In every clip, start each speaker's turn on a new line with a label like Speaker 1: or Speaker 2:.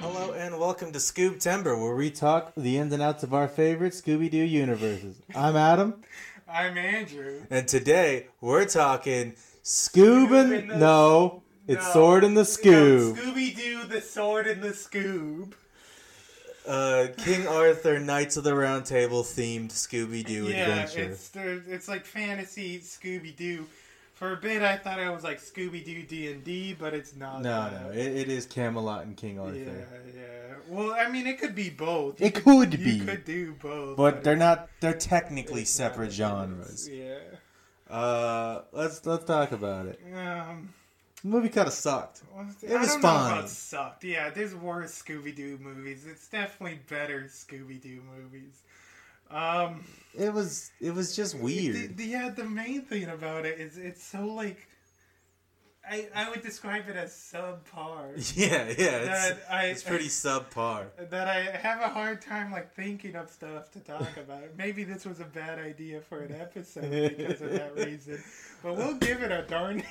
Speaker 1: Hello and welcome to Scoob Timber, where we talk the ins and outs of our favorite Scooby Doo universes. I'm Adam,
Speaker 2: I'm Andrew.
Speaker 1: and today we're talking Scoobin'.
Speaker 2: Scoob and the-
Speaker 1: no, it's
Speaker 2: No.
Speaker 1: Sword and the Scoob.
Speaker 2: Scooby Doo, the sword and the Scoob.
Speaker 1: Uh, King Arthur, Knights of the Round Table themed Scooby Doo
Speaker 2: Yeah,
Speaker 1: adventure.
Speaker 2: it's the, it's like fantasy Scooby Doo. For a bit, I thought I was like Scooby Doo D and D, but it's not.
Speaker 1: No,
Speaker 2: that.
Speaker 1: no, it, it is Camelot and King Arthur.
Speaker 2: yeah, yeah. Well, I mean, it could be both.
Speaker 1: It could
Speaker 2: You
Speaker 1: be.
Speaker 2: could do both.
Speaker 1: But they're
Speaker 2: it's-
Speaker 1: not. They're technically separate genres.
Speaker 2: Yeah.
Speaker 1: Uh, let's let's talk about it.
Speaker 2: Um,
Speaker 1: The movie kind of sucked. It
Speaker 2: I
Speaker 1: was
Speaker 2: don't Know
Speaker 1: fine.
Speaker 2: about sucked. Yeah, there's worse Scooby Doo movies. It's definitely better Scooby Doo movies. Um,
Speaker 1: It was it was just
Speaker 2: The,
Speaker 1: weird.
Speaker 2: the- yeah, the main thing about it is it's so like. I, I would describe it as subpar.
Speaker 1: Yeah, yeah, it's,
Speaker 2: That I-
Speaker 1: it's pretty subpar.
Speaker 2: that I have a hard time like thinking of stuff to talk about. Maybe this was a bad idea for an episode because of that reason. But we'll give it our darnest.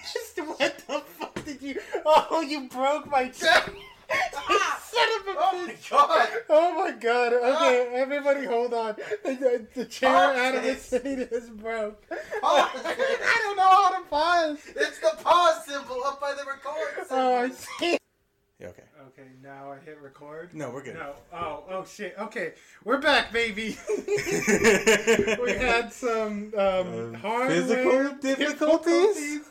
Speaker 2: what the fuck did you? Oh, you broke my chair. You Son of a oh bitch. My god. Oh my god. Okay, everybody hold on. The, the, the chair out of the seat is broke. I don't know how to pause.
Speaker 1: It's the pause symbol up by the record.
Speaker 2: Oh, I see.
Speaker 1: okay.
Speaker 2: Okay, now I hit record.
Speaker 1: No, we're good.
Speaker 2: No. Oh, oh shit. Okay, we're back, baby. we had some um, hard
Speaker 1: physical difficulties?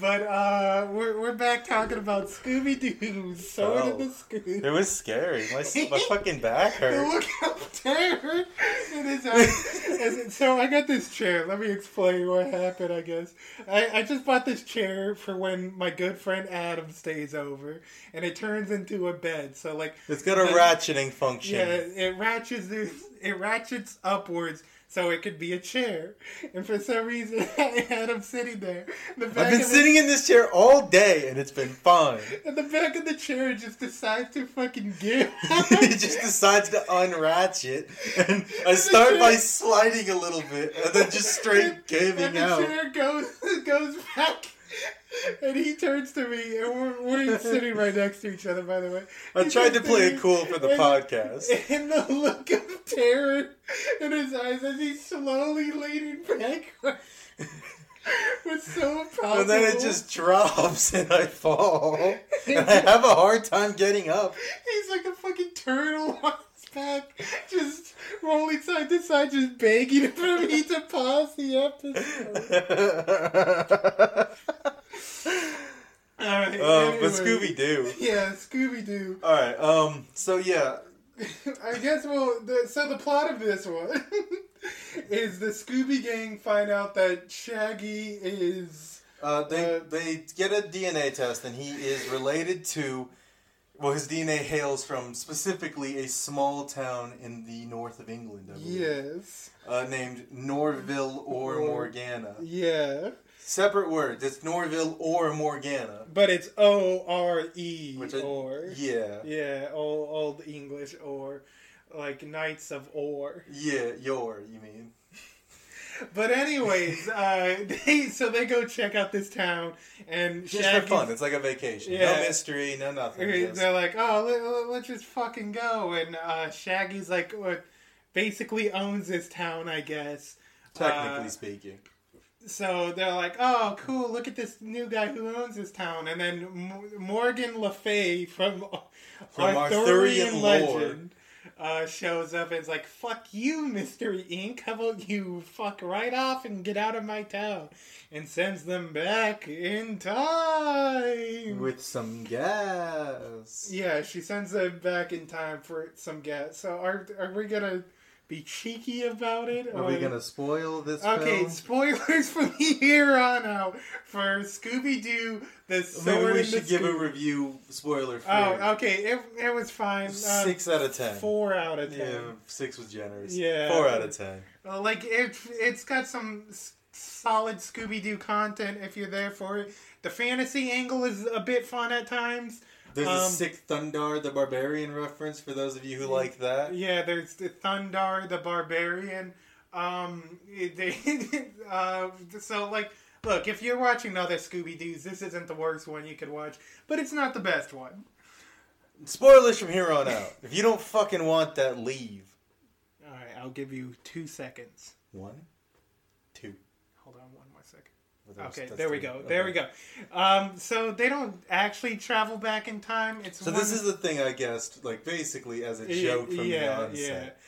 Speaker 2: but uh, we're we're back talking about Scooby Doo, Sword
Speaker 1: Oh.
Speaker 2: of the Scoob.
Speaker 1: It was scary. My, my fucking back hurt.
Speaker 2: Look how terrible it is. I- as it- so I got this chair. Let me explain what happened. I guess I, I just bought this chair for when my good friend Adam stays over, and it turns into a bed. So like
Speaker 1: It's got a ratcheting function.
Speaker 2: yeah, it ratchets it ratchets upwards. So it could be a chair, and for some reason I had him sitting there. The back
Speaker 1: I've been
Speaker 2: of the-
Speaker 1: sitting in this chair all day and it's been fine.
Speaker 2: and the back of the chair just decides to fucking give.
Speaker 1: it just decides to unratchet, and I start by sliding a little bit, and then just straight
Speaker 2: and
Speaker 1: caving
Speaker 2: the
Speaker 1: out.
Speaker 2: chair goes goes back, and he turns to me, and we're, we're sitting right next to each other. By the way,
Speaker 1: I
Speaker 2: He
Speaker 1: tried to
Speaker 2: turns
Speaker 1: play
Speaker 2: me,
Speaker 1: it cool for the
Speaker 2: and-
Speaker 1: podcast.
Speaker 2: And the look of terror in his eyes as he's slowly leaning back was so impossible.
Speaker 1: And then it just drops and I fall. And I have a hard time getting up.
Speaker 2: He's like a fucking turtle on his back, just rolling side to side, just begging for me to pause the
Speaker 1: Um,
Speaker 2: episode. Alright.
Speaker 1: Um, but
Speaker 2: anyway.
Speaker 1: Scooby Doo.
Speaker 2: Yeah, Scooby Doo.
Speaker 1: Alright, um, so yeah.
Speaker 2: I guess well, the, so the plot of this one is the Scooby Gang find out that Shaggy is
Speaker 1: Uh, they,
Speaker 2: Uh,
Speaker 1: they get a DNA test, and he is related to. Well, his DNA hails from specifically a small town in the north of England, I believe,
Speaker 2: yes,
Speaker 1: uh, named Norville or Morgana.
Speaker 2: yeah,
Speaker 1: Separate words. It's Norville or Morgana.
Speaker 2: but it's O R E
Speaker 1: Which I-
Speaker 2: or
Speaker 1: Yeah.
Speaker 2: yeah, old, old English or. like knights of ore.
Speaker 1: Yeah, your, you mean.
Speaker 2: But anyways, uh, they so they go check out this town and
Speaker 1: Just for
Speaker 2: Shaggy's-
Speaker 1: fun. It's like a vacation.
Speaker 2: Yeah.
Speaker 1: No mystery, no nothing.
Speaker 2: Okay,
Speaker 1: just-
Speaker 2: They're like, oh, let, let, let's just fucking go. And uh, Shaggy's like, what, basically owns this town, I guess. Uh,
Speaker 1: technically speaking.
Speaker 2: So they're like, oh, cool, look at this new guy who owns this town. And then M- Morgan Le Fay from,
Speaker 1: From
Speaker 2: Arthurian,
Speaker 1: Arthurian lore.
Speaker 2: Legend uh, shows up and is like, fuck you, Mystery Inc. How about you fuck right off and get out of my town? And sends them back in time.
Speaker 1: With some gas.
Speaker 2: Yeah, she sends them back in time for some gas. So are are we gonna be cheeky about it?
Speaker 1: Are we gonna spoil this
Speaker 2: Okay,
Speaker 1: film?
Speaker 2: spoilers from here on out for Scooby Doo. The sword
Speaker 1: Maybe we
Speaker 2: and the
Speaker 1: should give a
Speaker 2: Scoo-
Speaker 1: review spoiler free.
Speaker 2: Oh, okay. It, it was fine. Uh,
Speaker 1: Six out of ten.
Speaker 2: Four out of ten.
Speaker 1: Yeah, six was generous.
Speaker 2: Yeah.
Speaker 1: Four out of ten.
Speaker 2: Uh, like it, it's got some s- solid Scooby Doo content if you're there for it. The fantasy angle is a bit fun at times.
Speaker 1: There's a
Speaker 2: Um,
Speaker 1: sick Thundar the Barbarian reference for those of you who like that.
Speaker 2: Yeah, there's the Thundar, the Barbarian. Um, they, uh, so like, look, if you're watching other Scooby Doo's, this isn't the worst one you could watch, but it's not the best one.
Speaker 1: Spoilers from here on out. If you don't fucking want that, leave.
Speaker 2: All right, I'll give you two seconds.
Speaker 1: One, two.
Speaker 2: Hold on, one more second.
Speaker 1: Well, that was-
Speaker 2: Okay,
Speaker 1: that's
Speaker 2: there we
Speaker 1: three.
Speaker 2: go. There we go. Um, so they don't actually travel back in time. It's
Speaker 1: So
Speaker 2: one,
Speaker 1: this is the thing I guessed, like basically as a joke from the onset.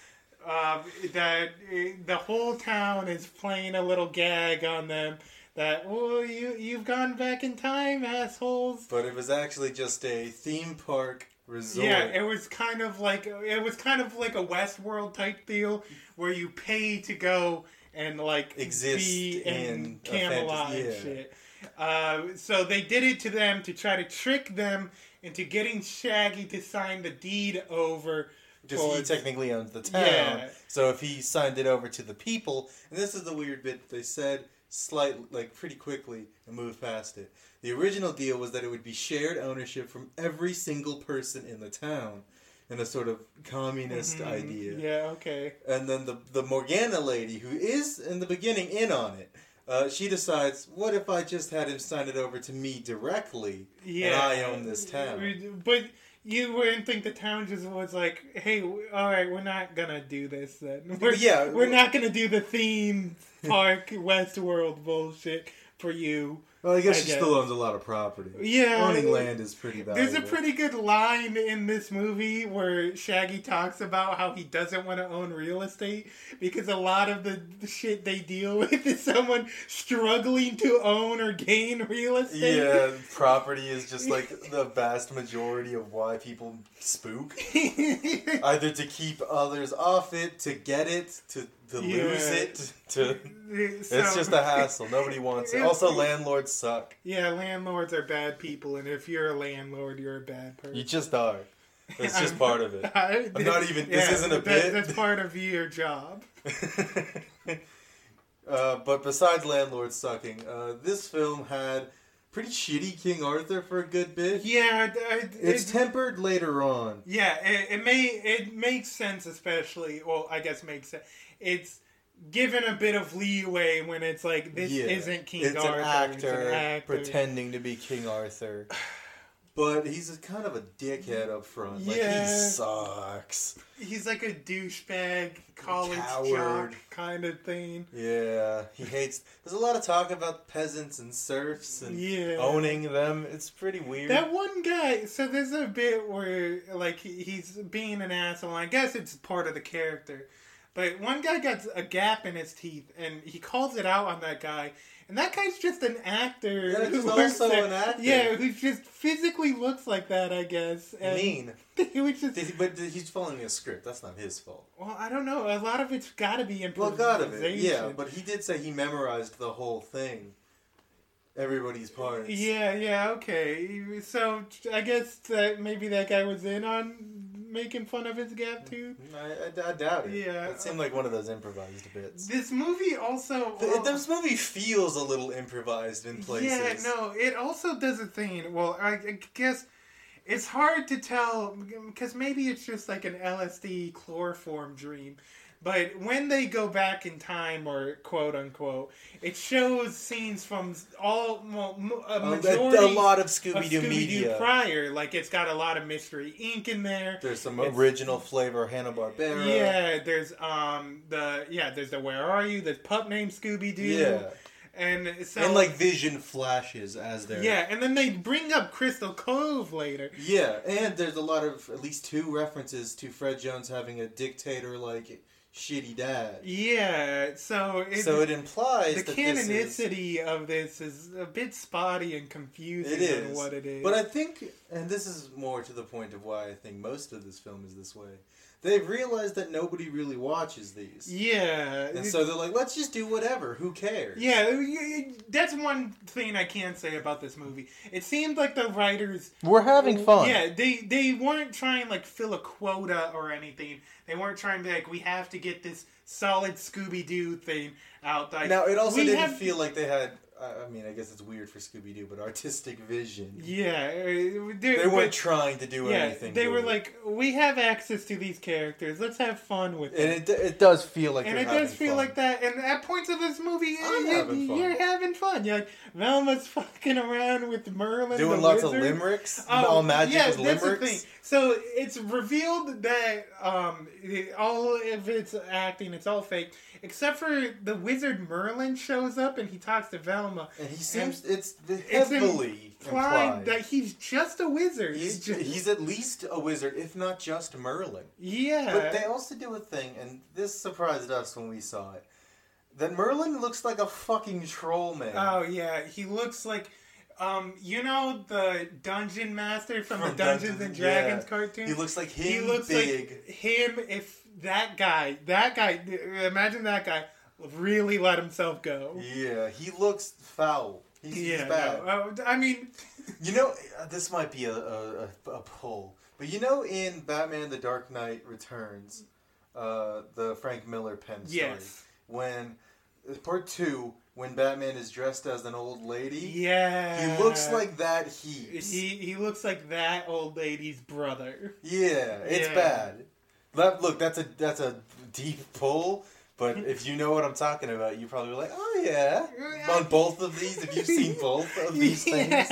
Speaker 2: yeah. Um, that uh, the whole town is playing a little gag on them. That oh, you you've gone back in time, assholes.
Speaker 1: But it was actually just a theme park resort.
Speaker 2: Yeah, it was kind of like it was kind of like a Westworld type deal where you pay to go and like
Speaker 1: Exist
Speaker 2: be
Speaker 1: in
Speaker 2: in
Speaker 1: a
Speaker 2: Camelot
Speaker 1: fantasy-
Speaker 2: and
Speaker 1: yeah.
Speaker 2: shit. Uh, so they did it to them to try to trick them into getting Shaggy to sign the deed over.
Speaker 1: Just
Speaker 2: towards-
Speaker 1: he technically owns the town.
Speaker 2: Yeah.
Speaker 1: So if he signed it over to the people, and this is the weird bit they said slight like pretty quickly and moved past it. The original deal was that it would be shared ownership from every single person in the town in a sort of communist idea.
Speaker 2: Mm-hmm. yeah, okay.
Speaker 1: And then the the Morgana lady, who is in the beginning in on it, uh, she decides, what if I just had him sign it over to me directly, and I own this town?
Speaker 2: But you wouldn't think the town just was like, hey, w- all right, we're not gonna do this then. We're,
Speaker 1: Yeah.
Speaker 2: we're not gonna do the theme park Westworld bullshit for you.
Speaker 1: Well, I guess
Speaker 2: I
Speaker 1: she
Speaker 2: guess.
Speaker 1: still owns a lot of property.
Speaker 2: Yeah.
Speaker 1: owning land is pretty valuable.
Speaker 2: There's a pretty good line in this movie where Shaggy talks about how he doesn't want to own real estate because a lot of the shit they deal with is someone struggling to own or gain real estate.
Speaker 1: yeah, property is just like the vast majority of why people spook. Either to keep others off it, to get it, to, to lose
Speaker 2: Yeah.
Speaker 1: it, to
Speaker 2: So-
Speaker 1: it's just a hassle. Nobody wants it. Also, landlords suck.
Speaker 2: Yeah, landlords are bad people, and if you're a landlord, you're a bad person.
Speaker 1: You just are. It's just part of it.
Speaker 2: I-
Speaker 1: I'm not even. this
Speaker 2: yeah,
Speaker 1: isn't a
Speaker 2: that-
Speaker 1: bit.
Speaker 2: That's part of your job.
Speaker 1: Uh, but besides landlords sucking, uh, this film had pretty shitty King Arthur for a good bit.
Speaker 2: Yeah, I- I-
Speaker 1: it's
Speaker 2: it-
Speaker 1: tempered later on.
Speaker 2: yeah. It, it may it makes sense, especially. Well, I guess makes sense. It's given a bit of leeway when it's like this
Speaker 1: Yeah.
Speaker 2: isn't King
Speaker 1: it's
Speaker 2: Arthur.
Speaker 1: An actor pretending to be King Arthur. But he's a kind of a dickhead up front. Like
Speaker 2: Yeah.
Speaker 1: he sucks.
Speaker 2: He's like a douchebag, college
Speaker 1: Coward.
Speaker 2: jock kind of thing.
Speaker 1: Yeah, he hates. There's a lot of talk about peasants and serfs and
Speaker 2: Yeah.
Speaker 1: owning them. It's pretty weird.
Speaker 2: That one guy. So there's a bit where like he, he's being an asshole. I guess it's part of the character. But one guy got a gap in his teeth, and he calls it out on that guy. And that guy's just an actor.
Speaker 1: Yeah, he's
Speaker 2: works
Speaker 1: also
Speaker 2: there.
Speaker 1: an actor.
Speaker 2: Yeah, who just physically looks like that, I guess. And
Speaker 1: mean.
Speaker 2: He was just.
Speaker 1: Did he- but he's following a script. That's not his fault.
Speaker 2: Well, I don't know. A lot of it's got to be
Speaker 1: Well,
Speaker 2: improvisation.
Speaker 1: God of it, yeah. But he did say he memorized the whole thing, everybody's parts.
Speaker 2: Yeah, yeah, okay. So I guess that maybe that guy was in on making fun of his gap tooth.
Speaker 1: I, I, I doubt it.
Speaker 2: Yeah.
Speaker 1: that seemed like one of those improvised bits.
Speaker 2: This movie also.
Speaker 1: Th- this movie feels a little improvised in places.
Speaker 2: Yeah, no, it also does a thing. Well, I, I guess It's hard to tell because maybe it's just like an LSD chloroform dream. But when they go back in time, or quote unquote, it shows scenes from all well, mo- a
Speaker 1: a- a
Speaker 2: majority
Speaker 1: lot of Scooby-Doo media.
Speaker 2: prior. Like it's got a lot of Mystery Ink in there.
Speaker 1: There's some original flavor Hanna Barbera.
Speaker 2: Yeah, there's um the yeah there's the Where Are You? There's pup named Scooby Doo.
Speaker 1: Yeah.
Speaker 2: and so
Speaker 1: And like vision flashes as they're
Speaker 2: yeah, and then they bring up Crystal Cove later.
Speaker 1: Yeah, and there's a lot of at least two references to Fred Jones having a dictator like shitty dad.
Speaker 2: Yeah, so it,
Speaker 1: so it implies
Speaker 2: the
Speaker 1: that this is-
Speaker 2: canonicity of this is a bit spotty and confusing
Speaker 1: It is
Speaker 2: on what it is.
Speaker 1: But I think, and this is more to the point of why I think most of this film is this way. They've realized that nobody really watches these,
Speaker 2: yeah,
Speaker 1: and
Speaker 2: it-
Speaker 1: so they're like, "Let's just do whatever. Who cares?"
Speaker 2: yeah, y- y- that's one thing I can say about this movie. It seemed like the writers
Speaker 1: we're having fun.
Speaker 2: Yeah, they they weren't trying like fill a quota or anything. They weren't trying to like we have to get this solid Scooby Doo thing out. Like,
Speaker 1: Now it also
Speaker 2: we
Speaker 1: didn't
Speaker 2: have-
Speaker 1: feel like they had. I I mean, I guess it's weird for Scooby Doo, but artistic vision.
Speaker 2: Yeah, uh,
Speaker 1: They weren't
Speaker 2: but-
Speaker 1: trying to do
Speaker 2: Yeah,
Speaker 1: anything.
Speaker 2: they
Speaker 1: with
Speaker 2: were
Speaker 1: it.
Speaker 2: like, we have access to these characters. Let's have fun with
Speaker 1: and
Speaker 2: it.
Speaker 1: it, it does feel like
Speaker 2: and
Speaker 1: they're
Speaker 2: it does
Speaker 1: having
Speaker 2: feel
Speaker 1: fun.
Speaker 2: like that. And at points of this movie,
Speaker 1: I'm
Speaker 2: you,
Speaker 1: having fun.
Speaker 2: are having fun. You're like Velma's fucking around with Merlin,
Speaker 1: doing
Speaker 2: the
Speaker 1: lots
Speaker 2: wizard.
Speaker 1: of limericks. all magic
Speaker 2: yeah,
Speaker 1: is
Speaker 2: that's
Speaker 1: limericks.
Speaker 2: the thing. So it's revealed that um, it- all of it's acting, it's all fake, except for the wizard Merlin shows up and he talks to Velma.
Speaker 1: And he seems it's
Speaker 2: It's
Speaker 1: heavily implied.
Speaker 2: that he's just a wizard.
Speaker 1: he's,
Speaker 2: just,
Speaker 1: he's at least a wizard, if not just Merlin.
Speaker 2: yeah.
Speaker 1: But they also do a thing, and this surprised us when we saw it. That Merlin looks like a fucking troll man.
Speaker 2: Oh yeah, he looks like um, you know the dungeon master from, the
Speaker 1: From
Speaker 2: Dungeons,
Speaker 1: Dungeons-
Speaker 2: and Dragons
Speaker 1: yeah.
Speaker 2: cartoon.
Speaker 1: He looks like
Speaker 2: He
Speaker 1: him
Speaker 2: looks
Speaker 1: big.
Speaker 2: like him. If that guy, that guy, imagine that guy really let himself go.
Speaker 1: Yeah, he looks foul. He's, he's
Speaker 2: Yeah,
Speaker 1: bad.
Speaker 2: no, uh, I mean,
Speaker 1: You know, uh, this might be a, a, a, a pull, but you know, in Batman: The Dark Knight Returns, uh, the Frank Miller pen story,
Speaker 2: Yes.
Speaker 1: when uh, part two, when Batman is dressed as an old lady,
Speaker 2: yeah,
Speaker 1: he looks like that heaps.
Speaker 2: he he looks like that old lady's brother.
Speaker 1: yeah, it's
Speaker 2: Yeah.
Speaker 1: bad. That, look, that's a that's a deep pull. But if you know what I'm talking about, you probably were like, oh yeah. On both of these, if you've seen both of these things.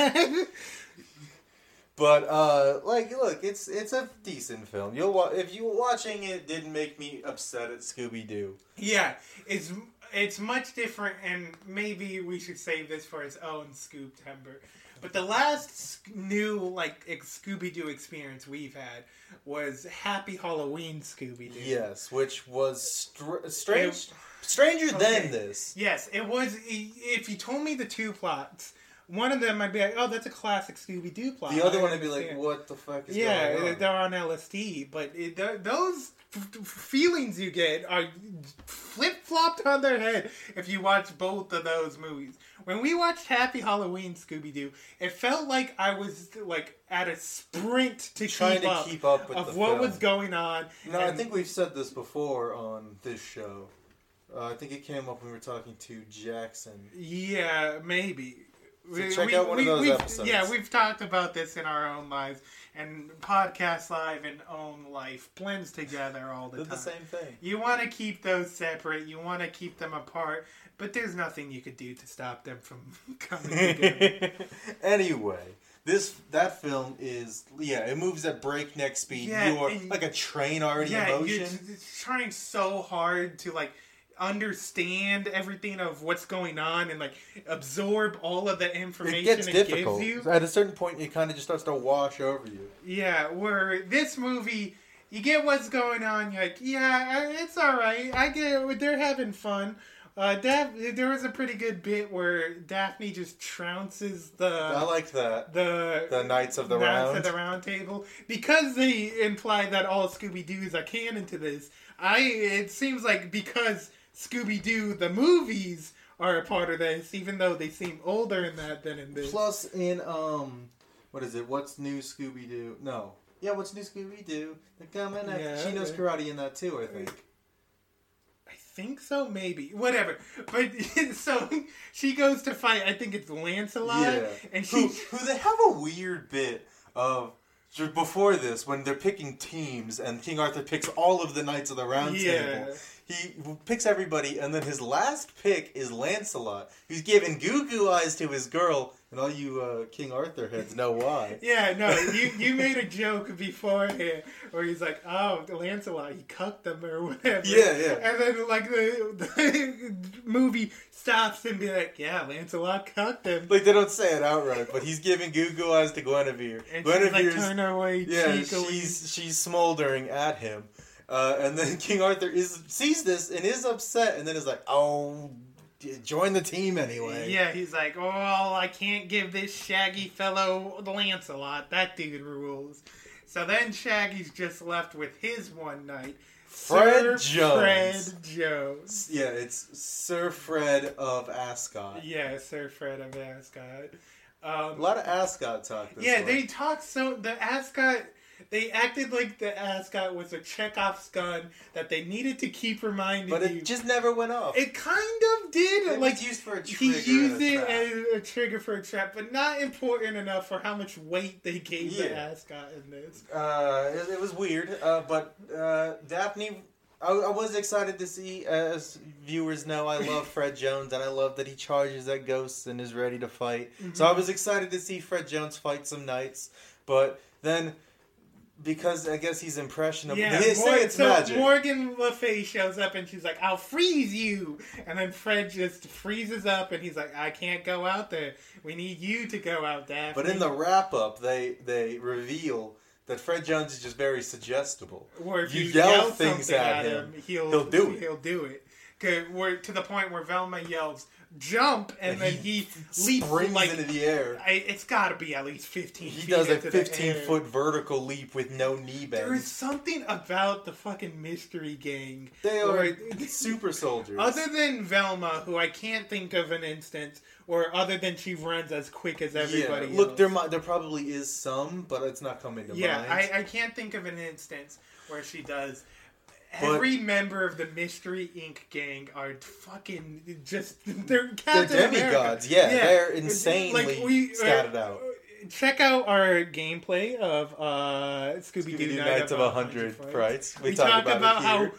Speaker 1: But uh, like, look, it's it's a decent film. You'll wa- if you watching it didn't make me upset at Scooby Doo.
Speaker 2: Yeah, it's it's much different, and maybe we should save this for its own Scoop Timber. But the last sc- new like Scooby Doo experience we've had was Happy Halloween Scooby Doo.
Speaker 1: Yes, which was str- strange, stranger than this.
Speaker 2: Yes, it was. i- If you told me the two plots, one of them I'd be like, "Oh, that's a classic Scooby Doo plot."
Speaker 1: The other
Speaker 2: I
Speaker 1: one, I'd be like,
Speaker 2: understand.
Speaker 1: what the fuck is
Speaker 2: Yeah,
Speaker 1: going on?
Speaker 2: they're on LSD, but it, th- those f- f- feelings you get are flip flopped on their head if you watch both of those movies. When we watched Happy Halloween Scooby Doo, it felt like I was like at a sprint to
Speaker 1: Trying
Speaker 2: keep
Speaker 1: to
Speaker 2: up,
Speaker 1: keep up with
Speaker 2: of
Speaker 1: the
Speaker 2: what
Speaker 1: film.
Speaker 2: was going on.
Speaker 1: No, I
Speaker 2: and-
Speaker 1: think we've said this before on this show. Uh, I think it came up when we were talking to Jackson.
Speaker 2: Yeah, maybe. We-
Speaker 1: check out one of those
Speaker 2: we've-
Speaker 1: episodes.
Speaker 2: Yeah, we've talked about this in our own lives, and podcast live and own life blends together all the
Speaker 1: Did
Speaker 2: time.
Speaker 1: the same thing.
Speaker 2: You want to keep those separate. You want to keep them apart. But there's nothing you could do to stop them from coming together.
Speaker 1: Anyway, this that film is yeah, it moves at breakneck speed.
Speaker 2: Yeah,
Speaker 1: You're
Speaker 2: and-
Speaker 1: like a train already
Speaker 2: yeah,
Speaker 1: in
Speaker 2: you're
Speaker 1: motion.
Speaker 2: t- trying so hard to like understand everything of what's going on and like absorb all of the information
Speaker 1: it
Speaker 2: it,
Speaker 1: gets difficult.
Speaker 2: gives you.
Speaker 1: At a certain point, it kind of just starts to wash over you.
Speaker 2: Yeah, where this movie, you get what's going on. You're like, yeah, I- it's all right. I get it. They're having fun. Uh, Daph- there was a pretty good bit where Daphne just trounces the
Speaker 1: I like that.
Speaker 2: the
Speaker 1: The Knights of the
Speaker 2: Knights
Speaker 1: Round.
Speaker 2: of the Round Table because they imply that all Scooby Doo's are canon to this. I it seems like because Scooby Doo the movies are a part of this, even though they seem older in that than in this.
Speaker 1: Plus, in um, what is it? What's new, Scooby Doo? No, yeah, what's new, Scooby Doo? They're coming after.
Speaker 2: Yeah,
Speaker 1: she knows
Speaker 2: okay.
Speaker 1: karate in that too, I think.
Speaker 2: I think so, maybe whatever. But so she goes to fight. I think it's Lancelot,
Speaker 1: Yeah,
Speaker 2: and
Speaker 1: who,
Speaker 2: she
Speaker 1: who they have a weird bit of So before this, when they're picking teams and King Arthur picks all of the knights of the round
Speaker 2: Yeah.
Speaker 1: table, he picks everybody, and then his last pick is Lancelot, who's giving goo goo eyes to his girl, and all you uh, King Arthur heads know why.
Speaker 2: Yeah, no, you, you made a joke beforehand where he's like, oh, Lancelot, he cucked them or whatever.
Speaker 1: Yeah, yeah.
Speaker 2: And then, like, the, the movie stops and be like, yeah, Lancelot cucked them.
Speaker 1: Like they don't say it outright, but he's giving goo goo eyes to Guinevere.
Speaker 2: and she's like,
Speaker 1: Guinevere's
Speaker 2: turn away
Speaker 1: yeah,
Speaker 2: cheekily.
Speaker 1: she's she's smoldering at him, uh, and then King Arthur is sees this and is upset, and then is like, "Oh, d- join the team anyway."
Speaker 2: Yeah, he's like, oh, I can't give this shaggy fellow Lancelot. That dude rules. So then Shaggy's just left with his one night.
Speaker 1: Fred Jones.
Speaker 2: Fred Jones.
Speaker 1: yeah, it's Sir Fred of Ascot.
Speaker 2: Yeah, Sir Fred of Ascot. Um,
Speaker 1: A lot of Ascot talk. This
Speaker 2: Yeah,
Speaker 1: one.
Speaker 2: they talked so the ascot. They acted like the ascot was a Chekhov's gun that they needed to keep reminding
Speaker 1: but
Speaker 2: you.
Speaker 1: it just never went off.
Speaker 2: it kind of did.
Speaker 1: It
Speaker 2: like
Speaker 1: was used for a
Speaker 2: he
Speaker 1: trigger and
Speaker 2: used
Speaker 1: a
Speaker 2: it
Speaker 1: trap.
Speaker 2: as a trigger for a trap, but not important enough for how much weight they gave the
Speaker 1: Yeah.
Speaker 2: ascot in this.
Speaker 1: uh, it, it was weird, uh, but uh, Daphne. I, I was excited to see, as viewers know, I love Fred Jones, and I love that he charges at ghosts and is ready to fight. So
Speaker 2: Mm-hmm.
Speaker 1: I was excited to see Fred Jones fight some knights, but then because I guess he's impressionable,
Speaker 2: Yeah,
Speaker 1: they
Speaker 2: Mor-
Speaker 1: say it's
Speaker 2: so
Speaker 1: magic.
Speaker 2: Morgan Le Fay shows up and she's like, "I'll freeze you," and then Fred just freezes up and he's like, "I can't go out there. We need you to go out there."
Speaker 1: But in the wrap up, they they reveal that Fred Jones is just very suggestible.
Speaker 2: Or if you, yell,
Speaker 1: yell, things
Speaker 2: something
Speaker 1: at him,
Speaker 2: he'll
Speaker 1: he'll do it.
Speaker 2: He'll do it. 'Cause We're to the point where Velma yells, "Jump!" and then he, leaps
Speaker 1: springs
Speaker 2: like
Speaker 1: into the air.
Speaker 2: I, it's got to be at least fifteen.
Speaker 1: He
Speaker 2: feet
Speaker 1: does a
Speaker 2: into the
Speaker 1: 15
Speaker 2: air.
Speaker 1: foot vertical leap with no knee
Speaker 2: There is
Speaker 1: bends.
Speaker 2: something about the fucking mystery gang.
Speaker 1: They are
Speaker 2: where-
Speaker 1: super soldiers.
Speaker 2: Other than Velma, who I can't think of an instance, or other than she runs as quick as everybody.
Speaker 1: yeah. Look,
Speaker 2: else.
Speaker 1: there mi- there probably is some, but it's not coming to
Speaker 2: Yeah,
Speaker 1: mind.
Speaker 2: I, I can't think of an instance where she does.
Speaker 1: But-
Speaker 2: Every member of the Mystery Inc. gang are fucking just they're Captain America.
Speaker 1: demigods, yeah, they're insanely scattered
Speaker 2: uh,
Speaker 1: out.
Speaker 2: Check out our gameplay of uh, Scooby Doo
Speaker 1: Scooby-Doo
Speaker 2: Nights of a 100 Frights. We, talked about,
Speaker 1: it
Speaker 2: how
Speaker 1: here.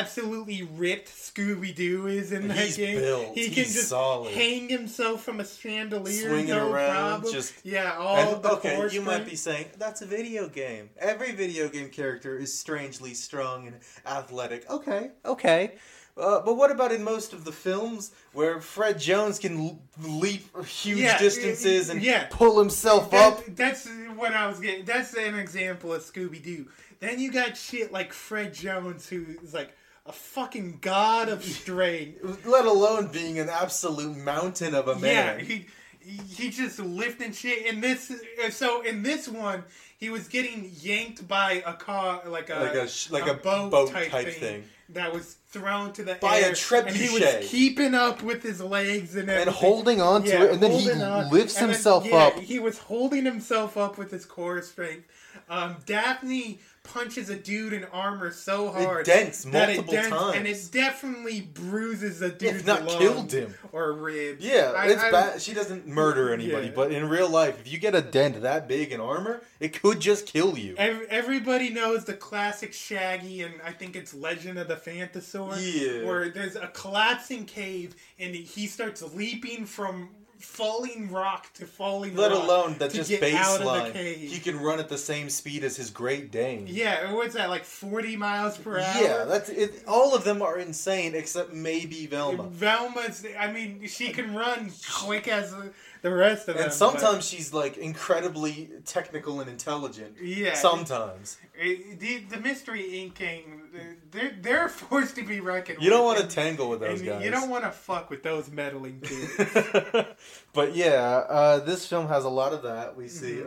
Speaker 2: absolutely ripped Scooby Doo is in that
Speaker 1: He's
Speaker 2: game.
Speaker 1: built.
Speaker 2: He can
Speaker 1: He's
Speaker 2: just
Speaker 1: solid.
Speaker 2: hang himself from a chandelier,
Speaker 1: Swinging
Speaker 2: no
Speaker 1: around,
Speaker 2: problem.
Speaker 1: just-
Speaker 2: yeah, all
Speaker 1: And,
Speaker 2: the
Speaker 1: okay,
Speaker 2: core
Speaker 1: you might
Speaker 2: strength.
Speaker 1: be saying that's a video game. Every video game character is strangely strong and athletic. Okay, okay. Uh, but what about in most of the films where Fred Jones can l- leap huge
Speaker 2: Yeah,
Speaker 1: distances and
Speaker 2: yeah.
Speaker 1: pull himself
Speaker 2: That-
Speaker 1: up?
Speaker 2: That's what I was getting. That's an example of Scooby Doo. Then you got shit like Fred Jones, who is like a fucking god of strength.
Speaker 1: Let alone being an absolute mountain of a
Speaker 2: yeah,
Speaker 1: man.
Speaker 2: he he just lifting shit. And this, so in this one, he was getting yanked by a car, like a
Speaker 1: Like a sh- like a boat type thing.
Speaker 2: that was thrown to the
Speaker 1: By a
Speaker 2: air, and he
Speaker 1: trebuchet.
Speaker 2: was keeping up with his legs and everything.
Speaker 1: and holding on to
Speaker 2: Yeah,
Speaker 1: it, and then he
Speaker 2: holding on.
Speaker 1: lifts
Speaker 2: And then-
Speaker 1: himself
Speaker 2: yeah,
Speaker 1: up.
Speaker 2: He was holding himself up with his core strength. Um, Daphne punches a dude in armor so hard
Speaker 1: dents
Speaker 2: that it
Speaker 1: multiple times.
Speaker 2: and it definitely bruises a dude.
Speaker 1: not killed him.
Speaker 2: or ribs.
Speaker 1: Yeah,
Speaker 2: I-
Speaker 1: it's
Speaker 2: I-
Speaker 1: bad. She doesn't murder anybody,
Speaker 2: Yeah.
Speaker 1: but in real life, if you get a dent that big in armor, it could just kill you.
Speaker 2: Ev- Everybody knows the classic Shaggy, and I think it's Legend of the Phantasaur,
Speaker 1: Yeah.
Speaker 2: where there's a collapsing cave, and he starts leaping from falling rock to falling
Speaker 1: Let
Speaker 2: rock
Speaker 1: alone that
Speaker 2: to
Speaker 1: just
Speaker 2: get out of the
Speaker 1: baseline,
Speaker 2: cave.
Speaker 1: he can run at the same speed as his Great Dane.
Speaker 2: Yeah, what's that like forty miles per hour?
Speaker 1: yeah, that's it. All of them are insane except maybe Velma.
Speaker 2: Velma's. I mean, she can run quick as the rest of them.
Speaker 1: And
Speaker 2: but
Speaker 1: sometimes she's like incredibly technical and intelligent.
Speaker 2: Yeah.
Speaker 1: Sometimes.
Speaker 2: it- the the mystery ink gang, they're they're forced to be reckoned.
Speaker 1: You don't
Speaker 2: with.
Speaker 1: want to
Speaker 2: And-
Speaker 1: tangle with those
Speaker 2: and
Speaker 1: guys.
Speaker 2: You don't want to fuck with those meddling kids.
Speaker 1: but yeah, uh, this
Speaker 2: Mm-hmm.
Speaker 1: film has a lot of that. We see.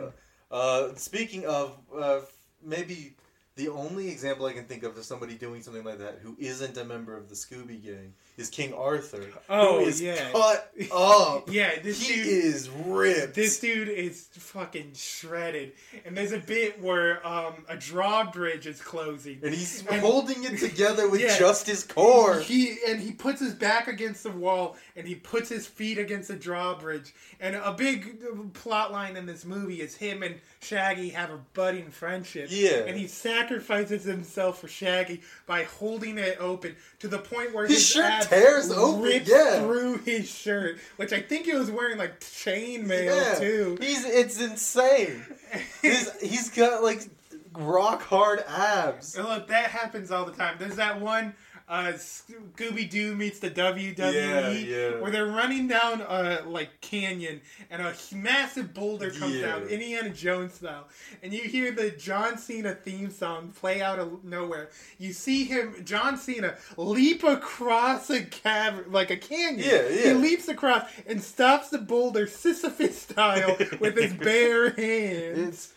Speaker 1: Uh, speaking of uh, maybe The only example I can think of of somebody doing something like that who isn't a member of the Scooby Gang is King Arthur.
Speaker 2: Oh,
Speaker 1: who is
Speaker 2: yeah.
Speaker 1: cut up.
Speaker 2: Yeah, this
Speaker 1: he
Speaker 2: dude-
Speaker 1: is ripped.
Speaker 2: This dude is fucking shredded. And there's a bit where um, a drawbridge is closing.
Speaker 1: and he's holding it together with
Speaker 2: Yeah.
Speaker 1: just his core.
Speaker 2: He and he puts his back against the wall and he puts his feet against the drawbridge. And a big plot line in this movie is him and Shaggy have a budding friendship.
Speaker 1: Yeah.
Speaker 2: And he sacrifices himself for Shaggy by holding it open to the point where
Speaker 1: His
Speaker 2: his,
Speaker 1: shirt
Speaker 2: abs
Speaker 1: tears open,
Speaker 2: rips
Speaker 1: yeah.
Speaker 2: through his shirt, which I think he was wearing like chainmail
Speaker 1: Yeah.
Speaker 2: too.
Speaker 1: He's it's insane. His, he's got like rock hard abs.
Speaker 2: And look, that happens all the time. There's that one uh, Scooby Doo meets the WWE
Speaker 1: Yeah, yeah.
Speaker 2: where they're running down a like canyon and a massive boulder comes
Speaker 1: Yeah.
Speaker 2: down, Indiana Jones style, and you hear the John Cena theme song play out of nowhere. You see him, John Cena, leap across a cavern like a canyon.
Speaker 1: Yeah, yeah.
Speaker 2: He leaps across and stops the boulder Sisyphus style with his bare hands.
Speaker 1: It's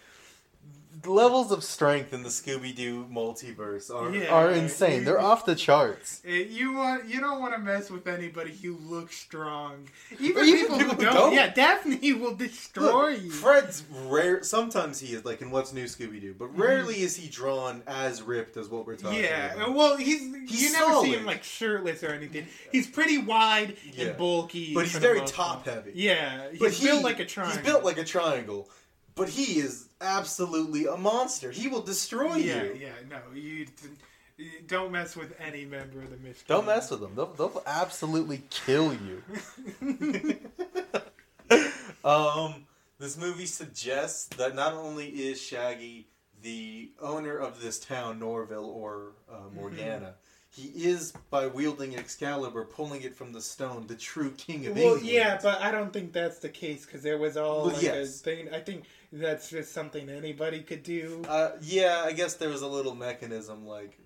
Speaker 1: levels of strength in the Scooby Doo multiverse are
Speaker 2: Yeah.
Speaker 1: are insane. They're off the charts.
Speaker 2: Eh, you want you don't want to mess with anybody who looks strong. Even,
Speaker 1: even people
Speaker 2: people, who
Speaker 1: who
Speaker 2: don't,
Speaker 1: don't.
Speaker 2: Yeah, Daphne will destroy
Speaker 1: Look,
Speaker 2: you.
Speaker 1: Fred's rare. Sometimes he is like in What's New Scooby Doo, but rarely is he drawn as ripped as what we're talking
Speaker 2: Mm-hmm. yeah,
Speaker 1: about.
Speaker 2: well, he's, you
Speaker 1: He's
Speaker 2: never see
Speaker 1: solid.
Speaker 2: him like shirtless or anything. He's pretty wide
Speaker 1: Yeah.
Speaker 2: and bulky,
Speaker 1: but he's
Speaker 2: for the
Speaker 1: very
Speaker 2: most
Speaker 1: top
Speaker 2: part.
Speaker 1: heavy.
Speaker 2: Yeah, he's
Speaker 1: But he-
Speaker 2: built like a triangle.
Speaker 1: He's built like a triangle, but he is absolutely a monster. He will destroy
Speaker 2: yeah,
Speaker 1: you.
Speaker 2: yeah. No, you, you don't mess with any member of the Misfits.
Speaker 1: Don't mess with them. They'll, they'll absolutely kill you. um, this movie suggests that not only is Shaggy the owner of this town, Norville or uh, Morgana, he is, by wielding Excalibur, pulling it from the stone, the true king of
Speaker 2: Well,
Speaker 1: England.
Speaker 2: yeah, but I don't think that's the case because there was all
Speaker 1: Well,
Speaker 2: like
Speaker 1: yes.
Speaker 2: a thing. I think that's just something anybody could do.
Speaker 1: Uh, yeah, I guess there was a little mechanism like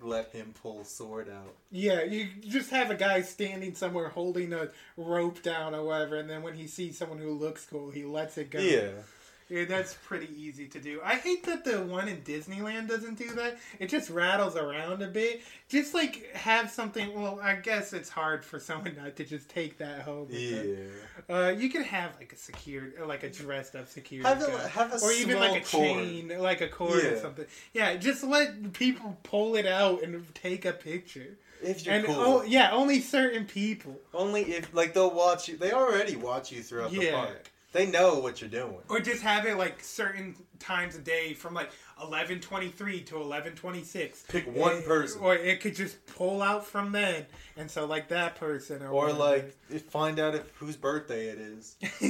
Speaker 1: let him pull sword out.
Speaker 2: Yeah, you just have a guy standing somewhere holding a rope down or whatever, and then when he sees someone who looks cool, he lets it go. Yeah, that's pretty easy to do. I hate that the one in Disneyland doesn't do that. It just rattles around a bit. Just like have something. Well, I guess it's hard for someone not to just take that home. with
Speaker 1: Yeah.
Speaker 2: them. Uh, you could have like a secure, like a dressed up security
Speaker 1: Have a-
Speaker 2: guard.
Speaker 1: have a
Speaker 2: or even
Speaker 1: small
Speaker 2: like a
Speaker 1: cord.
Speaker 2: chain, like a cord or
Speaker 1: Yeah.
Speaker 2: something. Yeah, just let people pull it out and take a picture.
Speaker 1: If you're
Speaker 2: and
Speaker 1: cool.
Speaker 2: oh, yeah, only certain people.
Speaker 1: Only if like they'll watch you. They already watch you throughout the
Speaker 2: Yeah.
Speaker 1: park. They know what you're doing.
Speaker 2: Or just have it like certain times a day from like eleven twenty three to eleven twenty six.
Speaker 1: Pick one person.
Speaker 2: Or it could just pull out from then, and so like that person, or,
Speaker 1: Or
Speaker 2: whatever.
Speaker 1: like if- find out if whose birthday it is.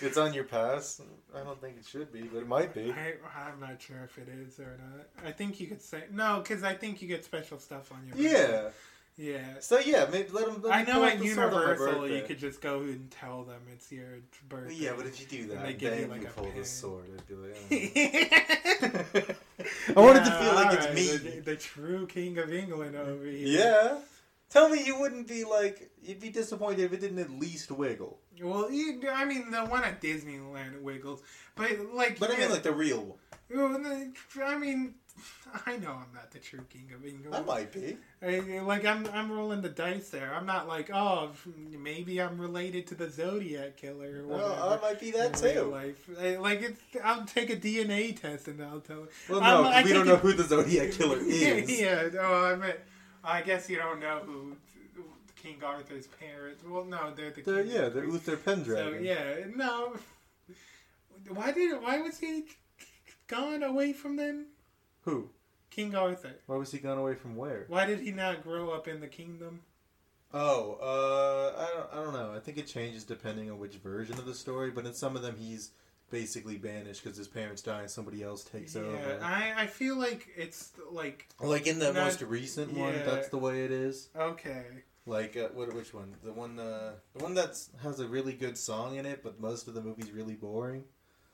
Speaker 1: it's on your pass. I don't think it should be, but it might be.
Speaker 2: I, I'm not sure if it is or not. I think you could say no, because I think you get special stuff on your
Speaker 1: Yeah.
Speaker 2: yeah.
Speaker 1: So yeah, maybe let them.
Speaker 2: I know at Universal you could just go and tell them it's your birthday.
Speaker 1: Yeah, but if you do that,
Speaker 2: they
Speaker 1: then
Speaker 2: give you, like,
Speaker 1: you
Speaker 2: a
Speaker 1: pull the
Speaker 2: pin.
Speaker 1: sword. I'd be like, "Oh." I wanted to feel like it's me.
Speaker 2: The, the true king of England over here.
Speaker 1: Yeah. Tell me you wouldn't be like you'd be disappointed if it didn't at least wiggle.
Speaker 2: Yeah. Well, you, I mean the one at Disneyland wiggles, but like,
Speaker 1: But I
Speaker 2: yeah.
Speaker 1: mean like the real one.
Speaker 2: Well, and then, I mean, I know I'm not the true king of England.
Speaker 1: I might be.
Speaker 2: I- like I'm, I'm rolling the dice there. I'm not like, oh, f- maybe I'm related to the Zodiac killer. Or whatever.
Speaker 1: Well, I might be that
Speaker 2: in real
Speaker 1: too.
Speaker 2: Life. I- like it's, I'll take a DNA test and I'll tell.
Speaker 1: Well,
Speaker 2: I'm-
Speaker 1: no,
Speaker 2: Um, I
Speaker 1: we don't
Speaker 2: take
Speaker 1: know
Speaker 2: a-
Speaker 1: who the Zodiac Killer is.
Speaker 2: yeah, no, I meant, I guess you don't know who King Arthur's parents. Well, no, they're the.
Speaker 1: They're,
Speaker 2: king
Speaker 1: yeah, they're
Speaker 2: Arthur's-
Speaker 1: Uther
Speaker 2: so
Speaker 1: Pendragon.
Speaker 2: yeah, no. Why did? Why was he gone away from them?
Speaker 1: Who?
Speaker 2: King Arthur.
Speaker 1: Why was he gone away from where?
Speaker 2: Why did he not grow up in the kingdom?
Speaker 1: Oh, uh, I don't, I don't know. I think it changes depending on which version of the story, but in some of them he's basically banished because his parents die and somebody else takes
Speaker 2: yeah,
Speaker 1: over.
Speaker 2: I, I feel like it's like
Speaker 1: like in the
Speaker 2: Not-
Speaker 1: most recent one,
Speaker 2: yeah.
Speaker 1: that's the way it is.
Speaker 2: okay.
Speaker 1: Like uh, what? Which one? The one? Uh, the one that has a really good song in it, but most of the movie's really boring.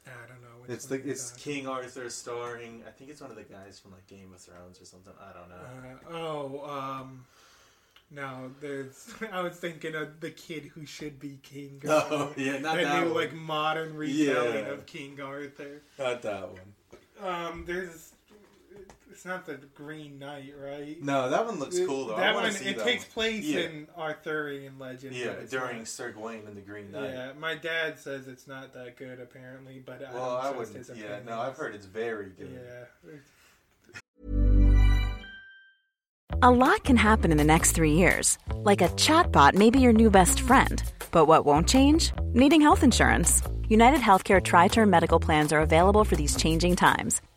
Speaker 2: I don't know. Which
Speaker 1: It's the
Speaker 2: one
Speaker 1: it's
Speaker 2: that.
Speaker 1: King Arthur starring. I think it's one of the guys from like Game of Thrones or something. I don't know.
Speaker 2: Uh, oh, um, no. There's. I was thinking of the kid who should be king.
Speaker 1: Oh, yeah, not
Speaker 2: the
Speaker 1: that
Speaker 2: new
Speaker 1: one.
Speaker 2: like modern retelling
Speaker 1: Yeah.
Speaker 2: of King Arthur.
Speaker 1: Not that one.
Speaker 2: Um, there's It's not the Green Knight, right?
Speaker 1: No, that one looks cool though. I
Speaker 2: That
Speaker 1: want
Speaker 2: one
Speaker 1: to see
Speaker 2: it
Speaker 1: that
Speaker 2: takes
Speaker 1: one.
Speaker 2: place
Speaker 1: Yeah.
Speaker 2: in Arthurian legend.
Speaker 1: Yeah,
Speaker 2: but it's
Speaker 1: during
Speaker 2: not-
Speaker 1: Sir Gawain and the Green Knight.
Speaker 2: Yeah, my dad says it's not that good apparently, but I
Speaker 1: Well,
Speaker 2: don't
Speaker 1: I
Speaker 2: trust
Speaker 1: wouldn't.
Speaker 2: his
Speaker 1: Yeah,
Speaker 2: opinion.
Speaker 1: no, I've heard it's very good.
Speaker 2: Yeah,
Speaker 3: A lot can happen in the next three years. Like a chatbot may be your new best friend. But what won't change? Needing health insurance. United Healthcare Tri Term Medical Plans are available for these changing times.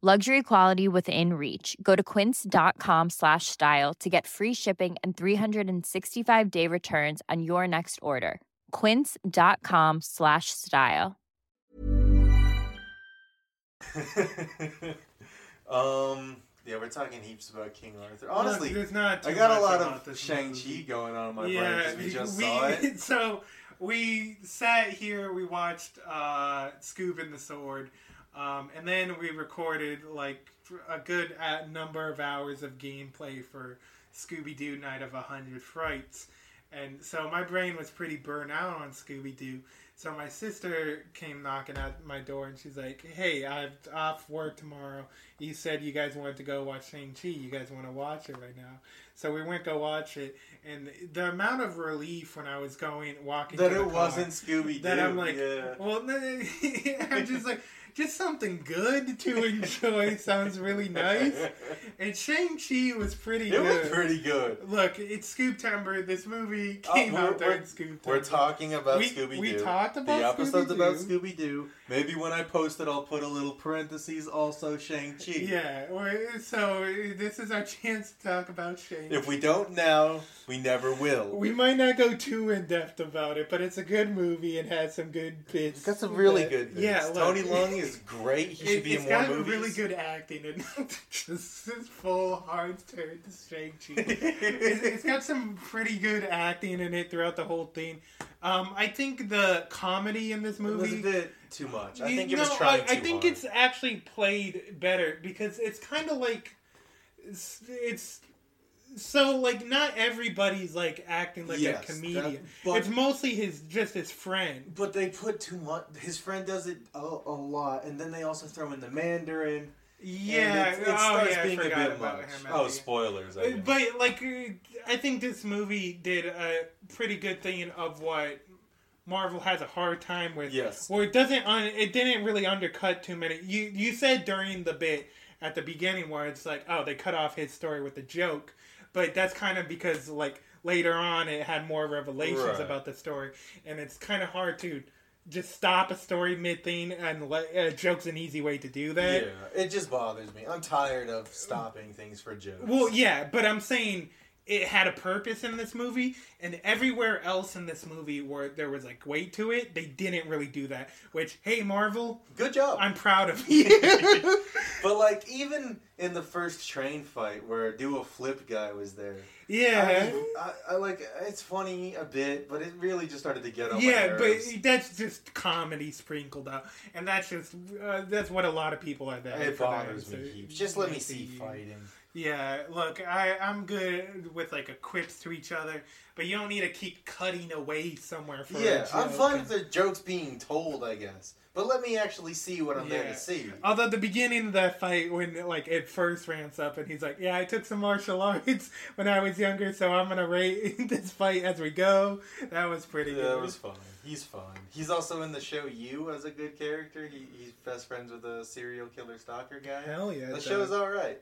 Speaker 4: Luxury quality within reach. Go to quince.com slash style to get free shipping and 365 day returns on your next order. Quince.com slash style.
Speaker 1: um, yeah, we're talking heaps about King Arthur. Honestly,
Speaker 2: there's not
Speaker 1: I
Speaker 2: too
Speaker 1: got a
Speaker 2: much
Speaker 1: lot
Speaker 2: about
Speaker 1: of
Speaker 2: this
Speaker 1: Shang Chi
Speaker 2: movie.
Speaker 1: going on in my brain
Speaker 2: yeah.
Speaker 1: 'cause we just
Speaker 2: we-
Speaker 1: saw it.
Speaker 2: so we sat here, we watched uh, Scoob and the Sword, um, and then we recorded like a good uh, number of hours of gameplay for Scooby Doo Night of a Hundred Frights, and so my brain was pretty burnt out on Scooby Doo. So my sister came knocking at my door, and she's like, "Hey, I'm off work tomorrow. You said you guys wanted to go watch Shang Chi. You guys want to watch it right now?" So we went go watch it, and the amount of relief when I was going walking
Speaker 1: That
Speaker 2: to the
Speaker 1: it
Speaker 2: car,
Speaker 1: wasn't Scooby-Doo,
Speaker 2: That I'm like,
Speaker 1: yeah.
Speaker 2: well, no, I'm just like, just something good to enjoy sounds really nice. And Shang Chi was pretty
Speaker 1: It
Speaker 2: good.
Speaker 1: was pretty good.
Speaker 2: Look, it's Scoop Timber. This movie
Speaker 1: Uh,
Speaker 2: came
Speaker 1: we're-
Speaker 2: out during
Speaker 1: we're-
Speaker 2: Scoop
Speaker 1: We're talking about
Speaker 2: We-
Speaker 1: Scooby Doo.
Speaker 2: we talked about
Speaker 1: the episodes about
Speaker 2: Scooby-Doo.
Speaker 1: Scooby Doo. Maybe when I post it, I'll put a little parentheses. Also, Shang Chi.
Speaker 2: Yeah, or, so uh, this is our chance to talk about Shane.
Speaker 1: If we don't now, we never will.
Speaker 2: we might not go too in depth about it, but it's a good movie and has some good bits.
Speaker 1: It's got some really
Speaker 2: that-
Speaker 1: good. Things.
Speaker 2: Yeah, look,
Speaker 1: Tony Long is great. He should
Speaker 2: It,
Speaker 1: be
Speaker 2: it's
Speaker 1: in more
Speaker 2: got
Speaker 1: movies.
Speaker 2: really good acting and just this full hard turn to Shang Chi. it's, it's got some pretty good acting in it throughout the whole thing. Um, I think the comedy in this
Speaker 1: It
Speaker 2: movie
Speaker 1: was a bit too much. I
Speaker 2: You
Speaker 1: think it was
Speaker 2: know,
Speaker 1: trying
Speaker 2: I,
Speaker 1: too
Speaker 2: I think
Speaker 1: hard.
Speaker 2: it's actually played better because it's kind of like it's, it's so like not everybody's like acting like
Speaker 1: Yes, that-
Speaker 2: a comedian.
Speaker 1: but-
Speaker 2: it's mostly his just his friend.
Speaker 1: But they put too much. His friend does it a, a lot, and then they also throw in the Mandarin.
Speaker 2: Yeah,
Speaker 1: and it, it
Speaker 2: oh,
Speaker 1: starts
Speaker 2: yeah, I
Speaker 1: being a
Speaker 2: forgot
Speaker 1: bit
Speaker 2: about
Speaker 1: much.
Speaker 2: him at the
Speaker 1: Oh,
Speaker 2: end.
Speaker 1: spoilers! I guess.
Speaker 2: But like, uh, I think this movie did a pretty good thing of what Marvel has a hard time with.
Speaker 1: Yes.
Speaker 2: where it doesn't, un- it didn't really undercut too many. You you said during the bit at the beginning where it's like, oh, they cut off his story with a joke, but that's kind of because like later on it had more revelations
Speaker 1: Right.
Speaker 2: about the story, and it's kind of hard to. Just stop a story mid thing, and let, uh, joke's an easy way to do that.
Speaker 1: yeah, it just bothers me. I'm tired of stopping things for jokes.
Speaker 2: Well, yeah, but I'm saying it had a purpose in this movie, and everywhere else in this movie where there was like weight to it, they didn't really do that. Which, hey, Marvel,
Speaker 1: Good job.
Speaker 2: I'm proud of you.
Speaker 1: But like even in the first train fight where do a flip guy was there.
Speaker 2: yeah.
Speaker 1: I, I like it's funny a bit, but it really just started to get on
Speaker 2: yeah,
Speaker 1: my
Speaker 2: but
Speaker 1: nerves.
Speaker 2: that's just comedy sprinkled out, and that's just uh, that's what a lot of people are there. for
Speaker 1: it
Speaker 2: that,
Speaker 1: bothers me
Speaker 2: so-
Speaker 1: heaps. Just let me see fighting.
Speaker 2: Yeah, look, I I'm good with like a quips to each other, but you don't need to keep cutting away somewhere for. a
Speaker 1: Yeah, I'm
Speaker 2: joke
Speaker 1: fine with
Speaker 2: and-
Speaker 1: the jokes being told, I guess. But let me actually see what I'm there
Speaker 2: Yeah.
Speaker 1: to see.
Speaker 2: Although the beginning of that fight, when like it first ramps up, and he's like, "Yeah, I took some martial arts when I was younger, so I'm gonna rate this fight as we go." That was pretty
Speaker 1: Yeah,
Speaker 2: good.
Speaker 1: that was fun. He's fun. He's also in the show You as a good character. He, he's best friends with a serial killer stalker guy.
Speaker 2: Hell yeah,
Speaker 1: The
Speaker 2: dog.
Speaker 1: show's alright.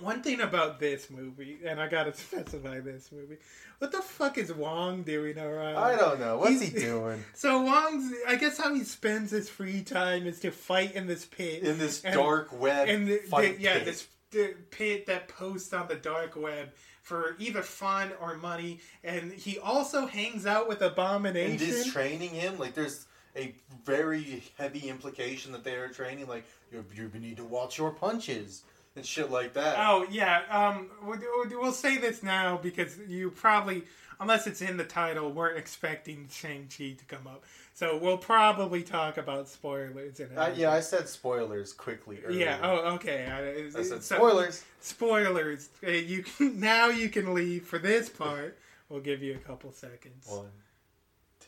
Speaker 2: One thing about this movie, and I gotta specify this movie, what the fuck is Wong doing around?
Speaker 1: I don't know. What's he
Speaker 2: He's-
Speaker 1: doing?
Speaker 2: So Wong's, I guess, how he spends his free time is to fight in this pit,
Speaker 1: In this
Speaker 2: And-
Speaker 1: dark web
Speaker 2: and the,
Speaker 1: fight
Speaker 2: the- yeah,
Speaker 1: pit.
Speaker 2: this the pit that posts on the dark web for either fun or money. And he also hangs out with Abomination.
Speaker 1: and just training him like there's a very heavy implication that they are training like you you need to watch your punches and shit like that
Speaker 2: Oh yeah, um, we'll, we'll say this now because you probably, unless it's in the title, weren't expecting Shang Chi to come up. So we'll probably talk about spoilers and
Speaker 1: I,
Speaker 2: everything.
Speaker 1: Uh, yeah i said spoilers quickly earlier.
Speaker 2: yeah. Oh, okay. I,
Speaker 1: i said
Speaker 2: so-
Speaker 1: spoilers
Speaker 2: Spoilers. Uh, You can, now you can leave for this part. We'll give you a couple seconds.
Speaker 1: one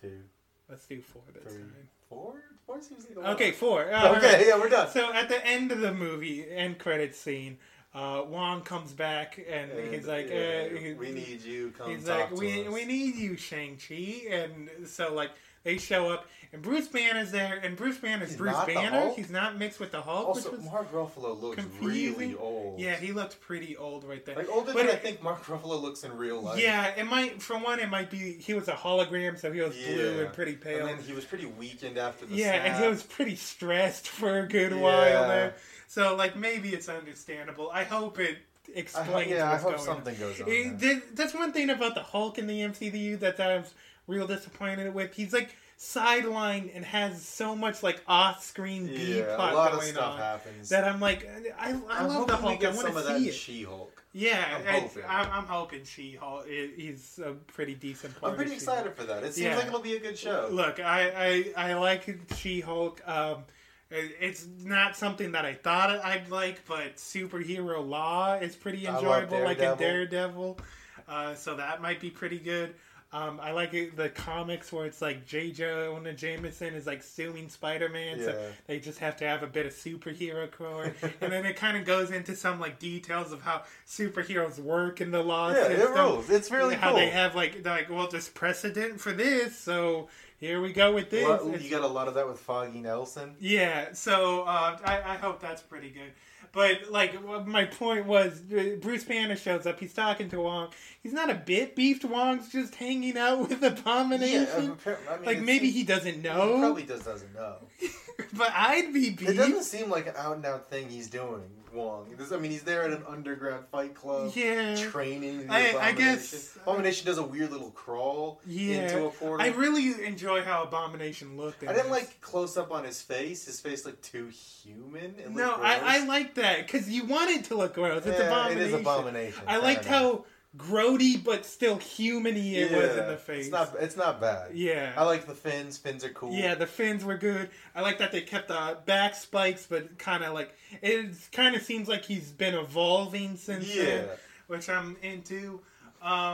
Speaker 1: two
Speaker 2: Let's do four this
Speaker 1: three
Speaker 2: time.
Speaker 1: four four seems like a lot.
Speaker 2: Okay, four. Oh, All
Speaker 1: okay
Speaker 2: right.
Speaker 1: yeah we're done
Speaker 2: So at the end of the movie, end credits scene, uh, Wong comes back and,
Speaker 1: And,
Speaker 2: he's like,
Speaker 1: yeah,
Speaker 2: uh, he-
Speaker 1: we need you come
Speaker 2: He's
Speaker 1: talk
Speaker 2: like,
Speaker 1: to
Speaker 2: we,
Speaker 1: us."
Speaker 2: we need you, Shang-Chi. And so, like, they show up, and Bruce Banner's there, and Bruce Banner's
Speaker 1: He's
Speaker 2: Bruce
Speaker 1: not the
Speaker 2: Banner.
Speaker 1: Hulk?
Speaker 2: He's not mixed with the Hulk,
Speaker 1: also
Speaker 2: which was
Speaker 1: mark ruffalo looks
Speaker 2: confusing.
Speaker 1: really old
Speaker 2: Yeah, he looked pretty old right there.
Speaker 1: like older
Speaker 2: But
Speaker 1: than i
Speaker 2: it-
Speaker 1: think mark ruffalo looks in real life
Speaker 2: Yeah, it might, for one, it might be he was a hologram, so he was blue
Speaker 1: Yeah.
Speaker 2: and pretty pale.
Speaker 1: And then he was pretty weakened after the
Speaker 2: yeah, and he
Speaker 1: snap.
Speaker 2: was pretty stressed for a good
Speaker 1: Yeah.
Speaker 2: while there. So, like, maybe it's understandable. I hope it
Speaker 1: I
Speaker 2: explains
Speaker 1: hope, yeah, I
Speaker 2: what's
Speaker 1: hope
Speaker 2: going on.
Speaker 1: something goes on.
Speaker 2: It-
Speaker 1: there.
Speaker 2: that- that's one thing about the Hulk in the MCU that I was real disappointed with. He's like sidelined and has so much like off-screen B
Speaker 1: Yeah, a
Speaker 2: plot
Speaker 1: lot of
Speaker 2: going
Speaker 1: stuff
Speaker 2: on
Speaker 1: happens.
Speaker 2: that I'm like, I, I
Speaker 1: I'm
Speaker 2: love
Speaker 1: hoping we
Speaker 2: the Hulk. I
Speaker 1: get
Speaker 2: want
Speaker 1: some
Speaker 2: to
Speaker 1: of that
Speaker 2: see
Speaker 1: in
Speaker 2: it.
Speaker 1: She-Hulk.
Speaker 2: yeah,
Speaker 1: I'm
Speaker 2: I-
Speaker 1: hoping.
Speaker 2: I'm, I'm hoping she Hulk is a pretty decent. Part
Speaker 1: I'm pretty
Speaker 2: of She-Hulk.
Speaker 1: excited for that. It seems
Speaker 2: Yeah.
Speaker 1: like it'll be a good show.
Speaker 2: Look, I I, I like She Hulk. Um, it- it's not something that I thought I'd like, but superhero law is pretty
Speaker 1: I love
Speaker 2: enjoyable, like in
Speaker 1: Daredevil.
Speaker 2: Daredevil. Uh, so that might be pretty good. Um, I like it, the comics where it's like J. Jonah Jameson is like suing Spider Man,
Speaker 1: Yeah.
Speaker 2: so they just have to have a bit of superhero core. and then it kind of goes into some like details of how superheroes work in the law
Speaker 1: Yeah, it
Speaker 2: system.
Speaker 1: rules. It's really
Speaker 2: how they
Speaker 1: cool.
Speaker 2: have like they're like well, there's precedent for this, so here we go with this.
Speaker 1: Lo-
Speaker 2: It's-
Speaker 1: you got a lot of that with Foggy Nelson.
Speaker 2: yeah, so uh, I, I hope that's pretty good. But like what my point was, uh, Bruce Banner shows up. He's talking to Wong. He's not a bit beefed. Wong's just hanging out with Abomination.
Speaker 1: appar- I mean,
Speaker 2: like
Speaker 1: it
Speaker 2: maybe
Speaker 1: seems-
Speaker 2: he doesn't
Speaker 1: He
Speaker 2: know.
Speaker 1: probably just doesn't know.
Speaker 2: But I'd be beefed.
Speaker 1: It doesn't seem like an out and out thing he's doing, Wong. This, I mean, he's there at an underground fight club,
Speaker 2: Yeah.
Speaker 1: training. The
Speaker 2: I- I
Speaker 1: Abomination.
Speaker 2: guess- uh,
Speaker 1: Abomination does a weird little crawl
Speaker 2: yeah,
Speaker 1: into a portal.
Speaker 2: I really enjoy how Abomination looked. in
Speaker 1: I didn't
Speaker 2: this.
Speaker 1: like close up on his face. His face looked too human. It
Speaker 2: No,
Speaker 1: looked
Speaker 2: I, I
Speaker 1: gross.
Speaker 2: like that because you want it to look gross. It's
Speaker 1: Yeah, it
Speaker 2: abomination.
Speaker 1: is abomination,
Speaker 2: I
Speaker 1: fair
Speaker 2: liked
Speaker 1: enough.
Speaker 2: how grody but still humany it was in
Speaker 1: Yeah,
Speaker 2: the face.
Speaker 1: It's not. It's not bad.
Speaker 2: Yeah.
Speaker 1: I like the fins. Fins are cool.
Speaker 2: Yeah, the fins were good. I like that they kept the back spikes, but kind of like it kind of seems like he's been evolving since then,
Speaker 1: Yeah.
Speaker 2: which I'm into.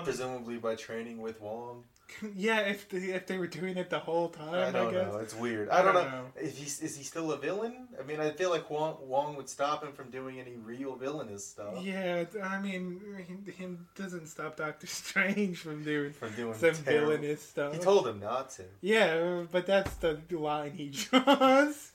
Speaker 1: Presumably by training with Wong.
Speaker 2: Yeah, if they, if they were doing it the whole
Speaker 1: I
Speaker 2: time, Um, I,
Speaker 1: don't
Speaker 2: guess.
Speaker 1: know. It's weird. I don't,
Speaker 2: don't
Speaker 1: know.
Speaker 2: know.
Speaker 1: If he's, is he still a villain? I mean, I feel like Wong, Wong would stop him from doing any real villainous stuff.
Speaker 2: Yeah, I mean, him, him doesn't stop Doctor Strange from doing
Speaker 1: From doing
Speaker 2: some
Speaker 1: terrible-
Speaker 2: villainous stuff.
Speaker 1: He told him not to.
Speaker 2: uh, Yeah, but that's the line he draws.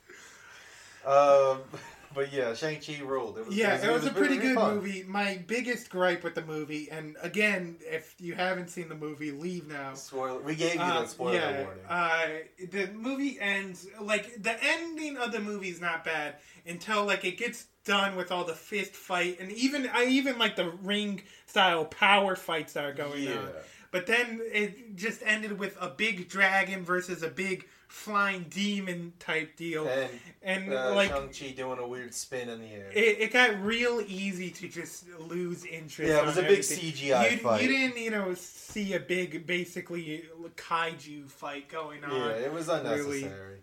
Speaker 1: Um, But yeah, Shang Chi ruled. It was,
Speaker 2: Yeah, it was a pretty
Speaker 1: really
Speaker 2: good
Speaker 1: fun.
Speaker 2: movie. My biggest gripe with the movie, and again, if you haven't seen the movie, leave now.
Speaker 1: Spoiler. We gave you
Speaker 2: Uh,
Speaker 1: that spoiler
Speaker 2: yeah,
Speaker 1: warning.
Speaker 2: Uh, the movie ends like the ending of the movie is not bad until like it gets done with all the fist fight and even I even like the ring style power fights that are going on.
Speaker 1: Yeah.
Speaker 2: But then it just ended with a big dragon versus a big flying demon type deal,
Speaker 1: and
Speaker 2: and,
Speaker 1: uh,
Speaker 2: like
Speaker 1: Shang Chi doing a weird spin in the air.
Speaker 2: it, it got real easy to just lose interest.
Speaker 1: Yeah, it was
Speaker 2: on
Speaker 1: a big
Speaker 2: everything.
Speaker 1: CGI
Speaker 2: you,
Speaker 1: fight.
Speaker 2: You didn't, you know, see a big, basically kaiju fight going on.
Speaker 1: yeah, it was unnecessary.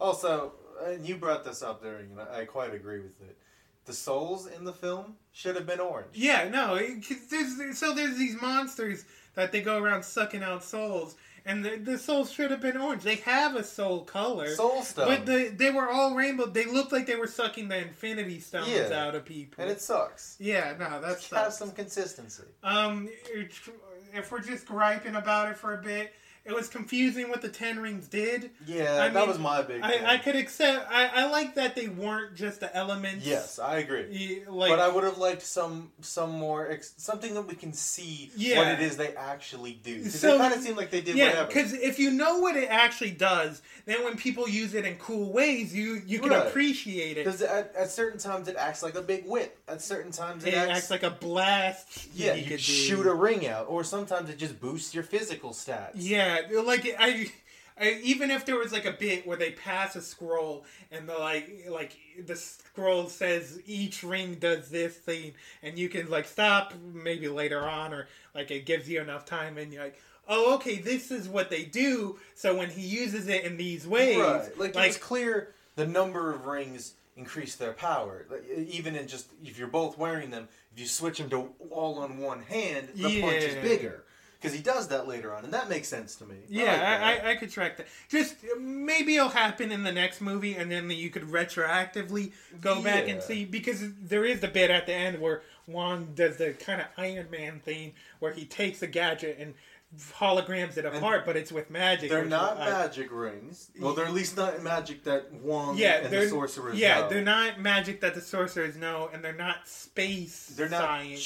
Speaker 1: Also, and you brought this up during, and I I quite agree with it. The souls in the film should have been orange.
Speaker 2: Yeah, no. it- 'cause there's, so there's these monsters that they go around sucking out souls, and the, the souls should have been orange. They have a soul color.
Speaker 1: Soul stone.
Speaker 2: But the, they were all rainbow. They looked like they were sucking the infinity stones
Speaker 1: Yeah.
Speaker 2: out of people.
Speaker 1: And it sucks.
Speaker 2: yeah, no, that's
Speaker 1: Have some consistency.
Speaker 2: Um, it- if we're just griping about it for a bit, it was confusing what the Ten Rings did.
Speaker 1: Yeah, that was my big thing.
Speaker 2: I, I could accept. I, I like that they weren't just the elements.
Speaker 1: Yes, I agree.
Speaker 2: Y- like
Speaker 1: but I would have liked some some more ex- something that we can see
Speaker 2: Yeah.
Speaker 1: what it is they actually do. 'Cause it kind of seemed like they did
Speaker 2: yeah,
Speaker 1: whatever.
Speaker 2: because if you know what it actually does, then when people use it in cool ways, you you can
Speaker 1: Right.
Speaker 2: appreciate it.
Speaker 1: Because at, at certain times it acts like a big whip. At certain times it,
Speaker 2: It acts like a blast.
Speaker 1: yeah,
Speaker 2: he
Speaker 1: you
Speaker 2: could
Speaker 1: shoot
Speaker 2: do.
Speaker 1: a ring out, or sometimes it just boosts your physical stats.
Speaker 2: Yeah, like I, I even if there was like a bit where they pass a scroll and the like like the scroll says each ring does this thing and you can like stop maybe later on or like it gives you enough time and you're like oh okay this is what they do so when he uses it in these ways
Speaker 1: Right. Like, it's clear the number of rings increase their power. Like, e, Even in just if you're both wearing them, if you switch them to all on one hand, the punch is
Speaker 2: Yeah.
Speaker 1: bigger. Because he does that later on, and that makes sense to me.
Speaker 2: Yeah,
Speaker 1: I, like that.
Speaker 2: I, I, I could track that. Just uh, maybe it'll happen in the next movie, and then you could retroactively go back and
Speaker 1: Yeah.
Speaker 2: see because there is the bit at the end where Wong does the kind of Iron Man thing where he takes a gadget and holograms it apart, but it's with magic.
Speaker 1: they're
Speaker 2: which uh,
Speaker 1: not
Speaker 2: I-
Speaker 1: magic rings. Well, they're at least not magic that Wong
Speaker 2: Yeah,
Speaker 1: and
Speaker 2: they're
Speaker 1: the sorcerers.
Speaker 2: Yeah,
Speaker 1: know.
Speaker 2: they're not magic that the sorcerers know, and they're not space.
Speaker 1: They're not
Speaker 2: science.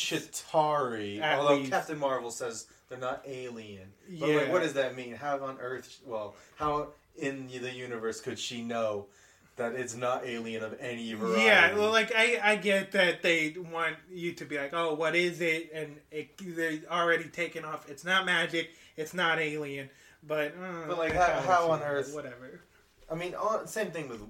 Speaker 1: Chitari,
Speaker 2: At
Speaker 1: although
Speaker 2: least.
Speaker 1: Captain Marvel says they're not alien. But
Speaker 2: Yeah.
Speaker 1: like, what does that mean? How on Earth? Well, how in the universe could she know that it's not alien of any variety?
Speaker 2: Yeah, well, like I, I get that they want you to be like, oh, what is it? And it, they're already taken off. It's not magic. It's not alien. But uh,
Speaker 1: But, like,
Speaker 2: I
Speaker 1: how-
Speaker 2: kinda
Speaker 1: how on
Speaker 2: see it,
Speaker 1: earth-
Speaker 2: Whatever.
Speaker 1: I mean, all, same thing with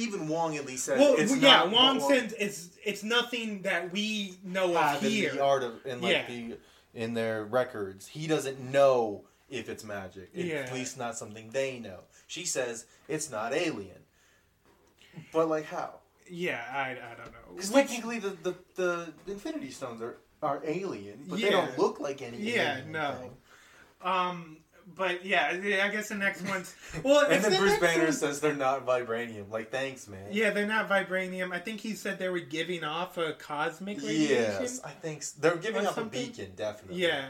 Speaker 1: even Wong. At least says
Speaker 2: Well,
Speaker 1: it's
Speaker 2: yeah,
Speaker 1: not
Speaker 2: Wong
Speaker 1: what
Speaker 2: says it's it's nothing that we know of
Speaker 1: have in
Speaker 2: here.
Speaker 1: the art of in like
Speaker 2: Yeah.
Speaker 1: the in their records. He doesn't know if it's magic. It's
Speaker 2: Yeah.
Speaker 1: At least not something they know. She says it's not alien. But like how?
Speaker 2: Yeah, I, I don't know.
Speaker 1: Because technically, the, the, the Infinity Stones are, are alien, but they
Speaker 2: Yeah.
Speaker 1: don't look like any.
Speaker 2: Yeah,
Speaker 1: alien
Speaker 2: no.
Speaker 1: thing.
Speaker 2: Um, but yeah, I guess the next one's well. if
Speaker 1: And then
Speaker 2: the
Speaker 1: Bruce
Speaker 2: next
Speaker 1: Banner
Speaker 2: one's-
Speaker 1: says they're not vibranium. Like, thanks, man.
Speaker 2: Yeah, they're not vibranium. I think he said they were giving off a cosmic radiation.
Speaker 1: Yes, I think s they're giving
Speaker 2: Or
Speaker 1: up a
Speaker 2: something?
Speaker 1: beacon, definitely.
Speaker 2: Yeah,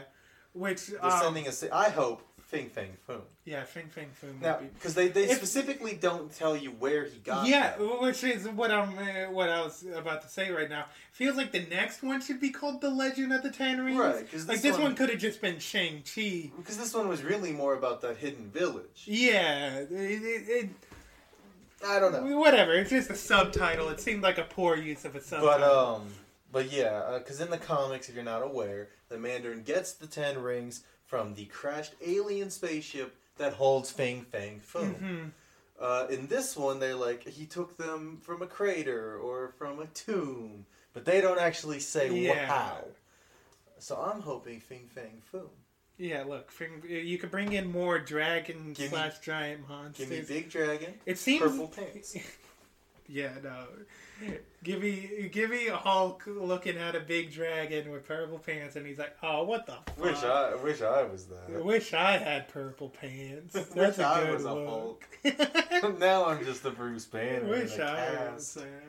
Speaker 2: which
Speaker 1: They're
Speaker 2: um,
Speaker 1: sending a. si- I hope. Fing, fang, foom.
Speaker 2: Yeah, Fing Fing Foom.
Speaker 1: Now,
Speaker 2: would be-
Speaker 1: because they, they
Speaker 2: If-
Speaker 1: specifically don't tell you where he got
Speaker 2: yeah,
Speaker 1: them.
Speaker 2: which is what I'm uh, what I was about to say right now. Feels like the next one should be called the Legend of the Ten Rings.
Speaker 1: Right, 'cause
Speaker 2: like
Speaker 1: this
Speaker 2: this
Speaker 1: one-
Speaker 2: one could have just been Shang Chi.
Speaker 1: Because this one was really more about that hidden village.
Speaker 2: Yeah, it, it,
Speaker 1: I don't know.
Speaker 2: it, whatever. It's just a subtitle. It seemed like a poor use of a
Speaker 1: But
Speaker 2: subtitle.
Speaker 1: um, but yeah, because in the comics, if you're not aware, the Mandarin gets the Ten Rings from the crashed alien spaceship that holds Fang Fang Foom.
Speaker 2: Mm-hmm.
Speaker 1: Uh, in this one, they're like he took them from a crater or from a tomb, but they don't actually say
Speaker 2: Yeah.
Speaker 1: how. So I'm hoping Fing Fang Foom.
Speaker 2: yeah, look, Fing, you could bring in more dragon
Speaker 1: Give me-
Speaker 2: slash giant monsters.
Speaker 1: Give me big dragon.
Speaker 2: It seems-
Speaker 1: purple pants.
Speaker 2: Yeah, no. Give me, give me Hulk looking at a big dragon with purple pants, and he's like, "Oh, what the fuck?"
Speaker 1: wish I wish I was
Speaker 2: I
Speaker 1: that.
Speaker 2: wish I had purple pants. That's
Speaker 1: Wish
Speaker 2: a
Speaker 1: I
Speaker 2: good
Speaker 1: was a
Speaker 2: look.
Speaker 1: now I'm just a Bruce Banner. in
Speaker 2: wish
Speaker 1: a
Speaker 2: I
Speaker 1: cast.
Speaker 2: was there.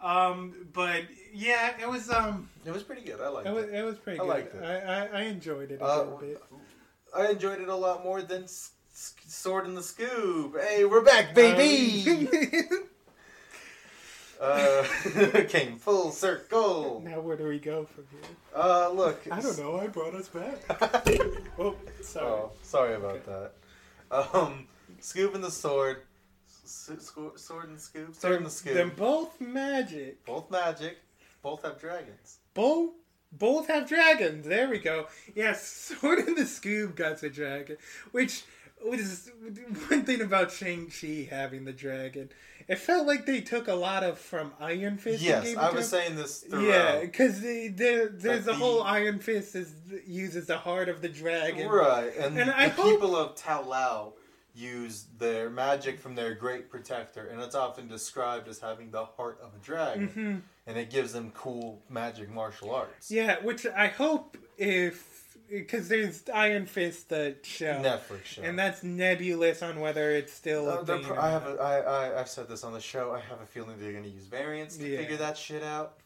Speaker 2: Um, but yeah, it was um,
Speaker 1: It was pretty good. I liked
Speaker 2: it
Speaker 1: it.
Speaker 2: was it was pretty
Speaker 1: I
Speaker 2: good.
Speaker 1: liked it.
Speaker 2: I, I I enjoyed it a
Speaker 1: Uh,
Speaker 2: little bit.
Speaker 1: I enjoyed it a lot more than S- S-
Speaker 2: Um.
Speaker 1: Sword in the Scoob. Hey, we're back, baby! Uh, Uh, came full circle.
Speaker 2: Now where do we go from here?
Speaker 1: Uh, look.
Speaker 2: I don't know. I brought us back. oh, sorry.
Speaker 1: Oh, sorry about that. Um, Scoop and the sword. S- sco- sword and Scoop? Sword and the Scoop.
Speaker 2: They're both magic.
Speaker 1: both magic. Both have dragons.
Speaker 2: Both both have dragons. There we go. Yes, Sword in the Scoob got a dragon, which was one thing about Shang Chi having the dragon. It felt like they took a lot of from Iron Fist. and
Speaker 1: Yes,
Speaker 2: gave it
Speaker 1: I
Speaker 2: to
Speaker 1: was
Speaker 2: him.
Speaker 1: saying this
Speaker 2: Yeah,
Speaker 1: throughout.
Speaker 2: because there, there's
Speaker 1: But
Speaker 2: the whole
Speaker 1: the-
Speaker 2: Iron Fist is, uses the heart of the dragon.
Speaker 1: Right, and,
Speaker 2: And
Speaker 1: the
Speaker 2: I hope-
Speaker 1: people of Tao Lao use their magic from their great protector, and it's often described as having the heart of a dragon, and it gives them cool magic martial arts.
Speaker 2: Mm-hmm. Yeah, which I hope if because there's Iron Fist the show
Speaker 1: Netflix show.
Speaker 2: and that's nebulous on whether it's still.
Speaker 1: Uh,
Speaker 2: a
Speaker 1: they're
Speaker 2: thing
Speaker 1: pro-
Speaker 2: or
Speaker 1: I
Speaker 2: not.
Speaker 1: have a, I, I, I've said this on the show. I have a feeling they're going to use variants to
Speaker 2: Yeah.
Speaker 1: figure that shit out.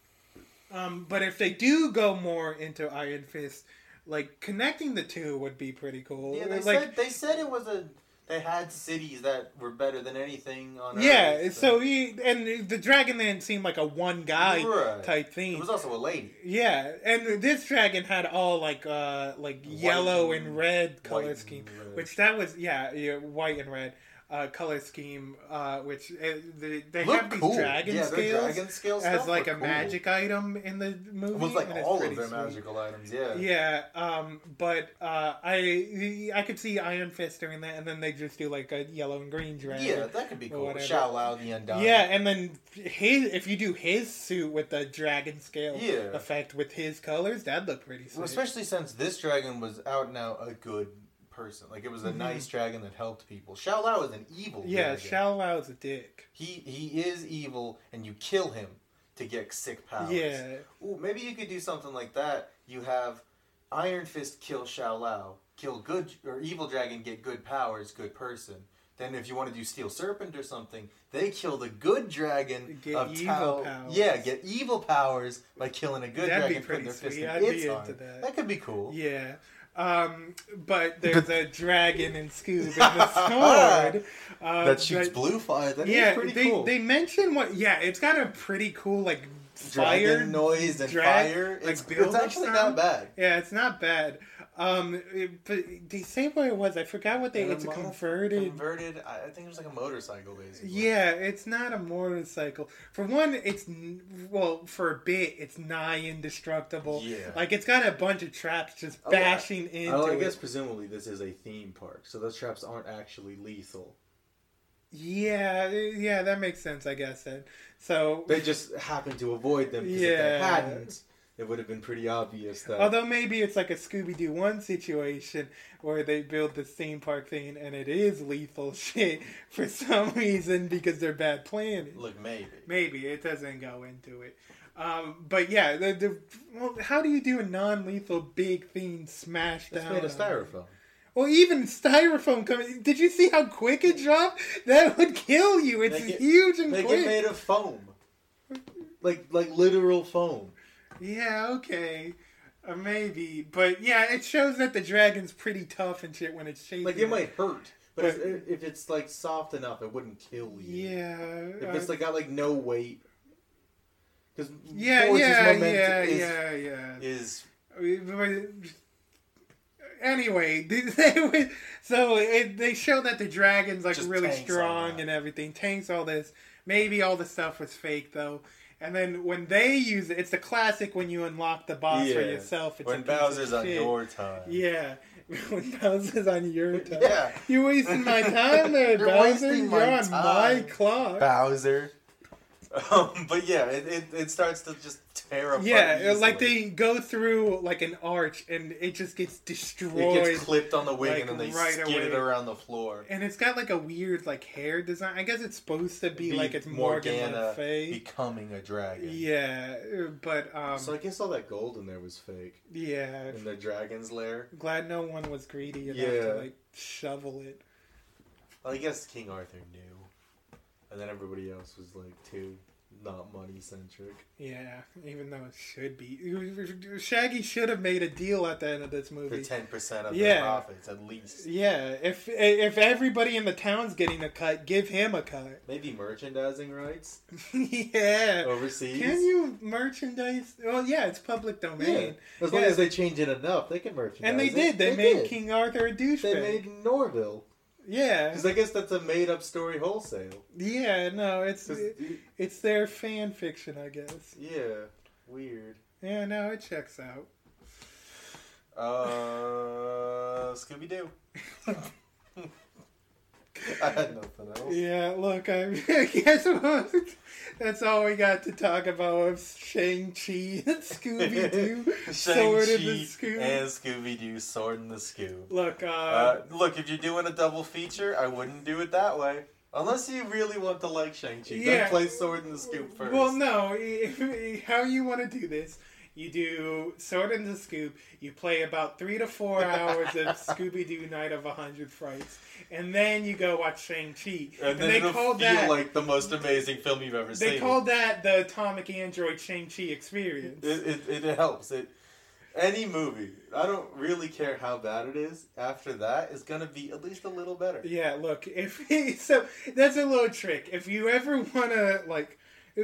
Speaker 2: Um, but if they do go more into Iron Fist, like connecting the two would be pretty cool.
Speaker 1: Yeah, they
Speaker 2: like,
Speaker 1: said they said it was a. They had cities that were better than anything on.
Speaker 2: yeah.
Speaker 1: Earth,
Speaker 2: So he and the dragon land seemed like a one guy
Speaker 1: Right.
Speaker 2: type
Speaker 1: it
Speaker 2: thing.
Speaker 1: was also a lady.
Speaker 2: yeah, and this dragon had all like uh like yellow and red color
Speaker 1: white
Speaker 2: scheme,
Speaker 1: and red.
Speaker 2: which that was yeah, yeah white and red. Uh, color scheme, uh, which uh, they, they
Speaker 1: Look
Speaker 2: have these
Speaker 1: cool.
Speaker 2: dragon
Speaker 1: Yeah, their
Speaker 2: scales
Speaker 1: dragon scale
Speaker 2: as
Speaker 1: stuff
Speaker 2: like
Speaker 1: were
Speaker 2: a
Speaker 1: cool.
Speaker 2: magic item in the movie.
Speaker 1: It was like
Speaker 2: and it's
Speaker 1: all of
Speaker 2: pretty
Speaker 1: their
Speaker 2: sweet.
Speaker 1: magical items. Yeah.
Speaker 2: Yeah, um, but uh, I I could see Iron Fist doing that, and then they just do like a yellow and green dragon.
Speaker 1: Yeah, that could be
Speaker 2: or
Speaker 1: cool.
Speaker 2: whatever.
Speaker 1: Shout out the Undying.
Speaker 2: Yeah, and then his if you do his suit with the dragon scale
Speaker 1: Yeah.
Speaker 2: effect with his colors, that'd look pretty sweet.
Speaker 1: Well, especially since this dragon was out and out a good person. Like it was a nice dragon that helped people. Xiao Lao is an evil
Speaker 2: Mm-hmm. yeah,
Speaker 1: dragon.
Speaker 2: Shao Lao's a dick.
Speaker 1: He he is evil and you kill him to get sick powers.
Speaker 2: Yeah.
Speaker 1: Ooh, maybe you could do something like that. You have Iron Fist kill Xiao Lao, kill good or evil dragon get good powers, good person. Then if you want to do Steel Serpent or something, they kill the good dragon
Speaker 2: Get
Speaker 1: of
Speaker 2: evil
Speaker 1: Tao.
Speaker 2: powers.
Speaker 1: Yeah, get evil powers by killing a good
Speaker 2: That'd be
Speaker 1: dragon putting
Speaker 2: pretty
Speaker 1: their fist
Speaker 2: sweet.
Speaker 1: in
Speaker 2: I'd be
Speaker 1: its
Speaker 2: into
Speaker 1: arm.
Speaker 2: that.
Speaker 1: That could be cool.
Speaker 2: Yeah. Um, but there's a dragon and Scoob and the sword. Uh,
Speaker 1: that shoots
Speaker 2: but-
Speaker 1: blue fire. That is
Speaker 2: yeah,
Speaker 1: pretty
Speaker 2: they
Speaker 1: cool.
Speaker 2: they mentioned what. Yeah, it's got a pretty cool like fire
Speaker 1: Dragon noise and
Speaker 2: drag-
Speaker 1: fire.
Speaker 2: Like
Speaker 1: It's,
Speaker 2: build
Speaker 1: it's actually not
Speaker 2: sound.
Speaker 1: bad.
Speaker 2: Yeah, it's not bad. Um, it- but they say what it was. I forgot what they. It's a
Speaker 1: Mod-
Speaker 2: converted.
Speaker 1: Converted. I I think it was like a motorcycle, basically.
Speaker 2: Yeah, it's not a motorcycle. For one, it's n- well for a bit, it's nigh indestructible.
Speaker 1: Yeah.
Speaker 2: like it's got a bunch of traps just
Speaker 1: Oh,
Speaker 2: bashing
Speaker 1: I-
Speaker 2: into
Speaker 1: oh, I
Speaker 2: it.
Speaker 1: guess presumably this is a theme park, so those traps aren't actually lethal.
Speaker 2: Yeah, yeah, that makes sense. I guess then. So
Speaker 1: They just happen to avoid them because if they
Speaker 2: Yeah.
Speaker 1: hadn't, it would have been pretty obvious that.
Speaker 2: Although maybe it's like a Scooby Doo one situation where they build this theme park thing and it is lethal shit for some reason because they're bad planning.
Speaker 1: look, maybe.
Speaker 2: Maybe it doesn't go into it. Um, but yeah, the, the well, how do you do a non lethal big thing smash
Speaker 1: It's
Speaker 2: down?
Speaker 1: made of
Speaker 2: on-
Speaker 1: styrofoam.
Speaker 2: Well, even styrofoam coming. Did you see how quick it dropped? That would kill you. It's
Speaker 1: Make it-
Speaker 2: huge and
Speaker 1: Make
Speaker 2: quick.
Speaker 1: it made of foam. Like like literal foam.
Speaker 2: Yeah, okay. Uh, maybe. But yeah, it shows that the dragon's pretty tough and shit when it's chasing.
Speaker 1: Like
Speaker 2: you.
Speaker 1: it might hurt, but
Speaker 2: But-
Speaker 1: if, if it's like soft enough, it wouldn't kill you.
Speaker 2: Yeah.
Speaker 1: If
Speaker 2: uh,
Speaker 1: it's like got like no weight, because
Speaker 2: yeah, yeah, yeah, yeah, yeah,
Speaker 1: is
Speaker 2: I mean, but- Anyway, they- they would- so it, they show that the dragon's like
Speaker 1: Just
Speaker 2: really
Speaker 1: tanks all
Speaker 2: strong
Speaker 1: that.
Speaker 2: and everything, tanks all this. Maybe all the stuff was fake though. And then when they use it, it's the classic when you unlock the boss for
Speaker 1: Yeah.
Speaker 2: yourself. It's a
Speaker 1: when
Speaker 2: piece of
Speaker 1: Bowser's on
Speaker 2: shit.
Speaker 1: your time.
Speaker 2: Yeah. When Bowser's on your time.
Speaker 1: Yeah.
Speaker 2: You're wasting my time there,
Speaker 1: You're
Speaker 2: Bowser.
Speaker 1: wasting
Speaker 2: You're
Speaker 1: my
Speaker 2: on my
Speaker 1: time.
Speaker 2: clock.
Speaker 1: Bowser. Um, but yeah, it, it, it starts to just tear apart.
Speaker 2: yeah, like
Speaker 1: easily.
Speaker 2: they go through like an arch and it just gets destroyed.
Speaker 1: it gets clipped on the wing
Speaker 2: like,
Speaker 1: and then they
Speaker 2: right
Speaker 1: skid
Speaker 2: away.
Speaker 1: it around the floor.
Speaker 2: and it's got like a weird like hair design. I guess it's supposed to be, like it's Morgan Le Fay.
Speaker 1: becoming a dragon.
Speaker 2: Yeah, but um,
Speaker 1: So I guess all that gold in there was fake
Speaker 2: yeah.
Speaker 1: in the dragon's lair.
Speaker 2: Glad no one was greedy enough
Speaker 1: Yeah.
Speaker 2: to like shovel it.
Speaker 1: Well, I guess King Arthur knew, and then everybody else was like too not money centric.
Speaker 2: Yeah, even though it should be. Shaggy should have made a deal at the end of this
Speaker 1: For
Speaker 2: movie.
Speaker 1: ten percent of
Speaker 2: Yeah.
Speaker 1: their profits, at least.
Speaker 2: Yeah, if if everybody in the town's getting a cut, give him a cut.
Speaker 1: Maybe merchandising rights
Speaker 2: yeah.
Speaker 1: overseas.
Speaker 2: Can you merchandise? Well, yeah, it's public
Speaker 1: Yeah.
Speaker 2: domain.
Speaker 1: As long
Speaker 2: Yeah.
Speaker 1: as they change it enough, they can merchandise.
Speaker 2: and they
Speaker 1: it.
Speaker 2: did. They, made
Speaker 1: did.
Speaker 2: King Arthur a douchebag.
Speaker 1: They made Norville.
Speaker 2: yeah.
Speaker 1: Because I guess that's a made up story wholesale.
Speaker 2: yeah, no, it's
Speaker 1: 'Cause you-
Speaker 2: it's their fan fiction, I guess.
Speaker 1: Yeah. Weird.
Speaker 2: Yeah, no, it checks out.
Speaker 1: Uh, Scooby Doo. I had nothing else.
Speaker 2: Yeah, look, I, I guess what- that's all we got to talk about was Shang-Chi and Scooby-Doo. Sword of the
Speaker 1: Shang-Chi
Speaker 2: Scoob.
Speaker 1: and Scooby Doo, Sword in the Scoob.
Speaker 2: Look, uh,
Speaker 1: Uh, look, if you're doing a double feature, I wouldn't do it that way. Unless you really want to like Shang-Chi.
Speaker 2: Yeah.
Speaker 1: Then play Sword in the Scoop first.
Speaker 2: well, no, if- how you want to do this, you do Sword and the Scoop, you play about three to four hours of Scooby-Doo Night of a Hundred Frights, and then you go watch Shang-Chi.
Speaker 1: and then
Speaker 2: they
Speaker 1: it'll feel
Speaker 2: called that...
Speaker 1: like the most amazing film you've ever
Speaker 2: they
Speaker 1: seen.
Speaker 2: called that the Atomic Android Shang-Chi experience.
Speaker 1: it, it, it helps. It any movie, I don't really care how bad it is. After that, is gonna be at least a little better.
Speaker 2: Yeah, look, if so, that's a little trick. If you ever want to, like,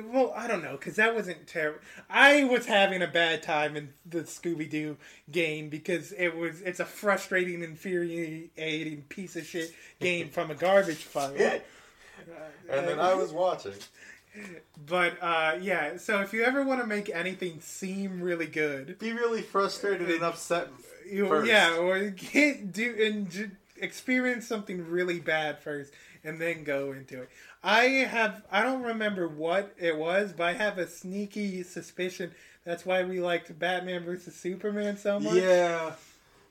Speaker 2: well, I don't know, because that wasn't terrible. I was having a bad time in the Scooby Doo game because it was it's a frustrating, infuriating piece of shit game from a garbage fire.
Speaker 1: And then I was watching.
Speaker 2: But uh, yeah, so if you ever want to make anything seem really good,
Speaker 1: Be really frustrated and upset.
Speaker 2: you
Speaker 1: first.
Speaker 2: yeah, or get do and ju- experience something really bad first, and then go into it. I have I don't remember what it was, but I have a sneaky suspicion that's why we liked Batman versus Superman so much.
Speaker 1: Yeah.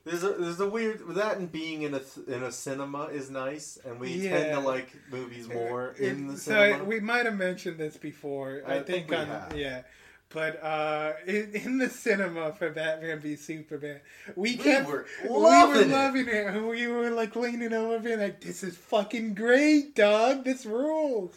Speaker 1: There's a, there's a weird that and being in a th- in a cinema is nice, and we tend
Speaker 2: Yeah.
Speaker 1: to like movies more in the
Speaker 2: so
Speaker 1: cinema.
Speaker 2: we might have mentioned this before.
Speaker 1: I
Speaker 2: I, think,
Speaker 1: think we
Speaker 2: on
Speaker 1: have.
Speaker 2: yeah. But uh, in, in the cinema for Batman v Superman, we kept
Speaker 1: were
Speaker 2: we
Speaker 1: loving
Speaker 2: were
Speaker 1: it.
Speaker 2: loving it. and We were like leaning over, being like, "This is fucking great, dog. This rules."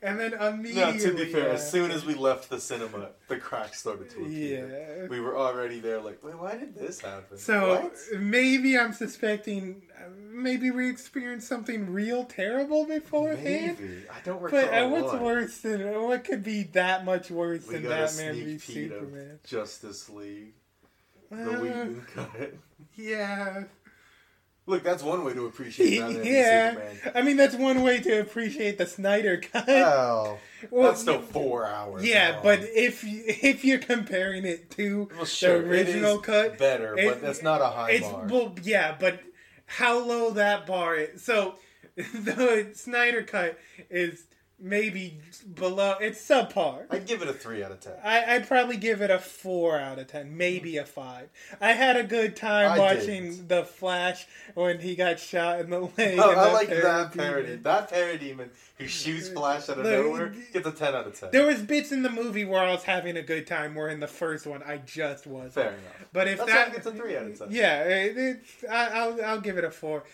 Speaker 2: And then
Speaker 1: No,
Speaker 2: immediately,
Speaker 1: to be fair, as
Speaker 2: uh,
Speaker 1: soon as we left the cinema, the cracks started to appear.
Speaker 2: Yeah.
Speaker 1: We were already there, like, wait, why did this happen?
Speaker 2: So
Speaker 1: What?
Speaker 2: maybe I'm suspecting, uh, maybe we experienced something real terrible beforehand.
Speaker 1: Maybe. I don't recall.
Speaker 2: But uh, what's
Speaker 1: why.
Speaker 2: worse than uh, what could be that much worse
Speaker 1: We
Speaker 2: than
Speaker 1: got a
Speaker 2: Batman v
Speaker 1: sneak peek
Speaker 2: Superman?
Speaker 1: of Justice League, the
Speaker 2: Uh,
Speaker 1: Whedon cut.
Speaker 2: Yeah,
Speaker 1: Look, that's one way to appreciate Batman
Speaker 2: yeah.
Speaker 1: v Superman. Ah,
Speaker 2: I mean, that's one way to appreciate the Snyder cut.
Speaker 1: Well,
Speaker 2: Well,
Speaker 1: that's still four hours.
Speaker 2: yeah,
Speaker 1: long.
Speaker 2: but if you- if you're comparing it to
Speaker 1: Well, sure,
Speaker 2: the
Speaker 1: it
Speaker 2: original
Speaker 1: is
Speaker 2: cut,
Speaker 1: better, but that's not a high
Speaker 2: it's,
Speaker 1: bar.
Speaker 2: Well, yeah, but how low that bar is. So the Snyder cut is maybe below. It's subpar.
Speaker 1: I'd give it a three out of ten.
Speaker 2: I, I'd probably give it a four out of ten, maybe a five. I had a good time
Speaker 1: I
Speaker 2: watching
Speaker 1: didn't.
Speaker 2: the Flash when he got shot in the leg.
Speaker 1: Oh,
Speaker 2: and
Speaker 1: I
Speaker 2: the
Speaker 1: like that
Speaker 2: parademon.
Speaker 1: parody. That parademon who shoots Flash out of
Speaker 2: Look,
Speaker 1: nowhere gets a ten out of ten.
Speaker 2: There was bits in the movie where I was having a good time, where in the first one I just wasn't.
Speaker 1: Fair enough.
Speaker 2: But if
Speaker 1: That's why
Speaker 2: that
Speaker 1: it gets a three out of ten.
Speaker 2: yeah, it, it's I, I'll I'll give it a four,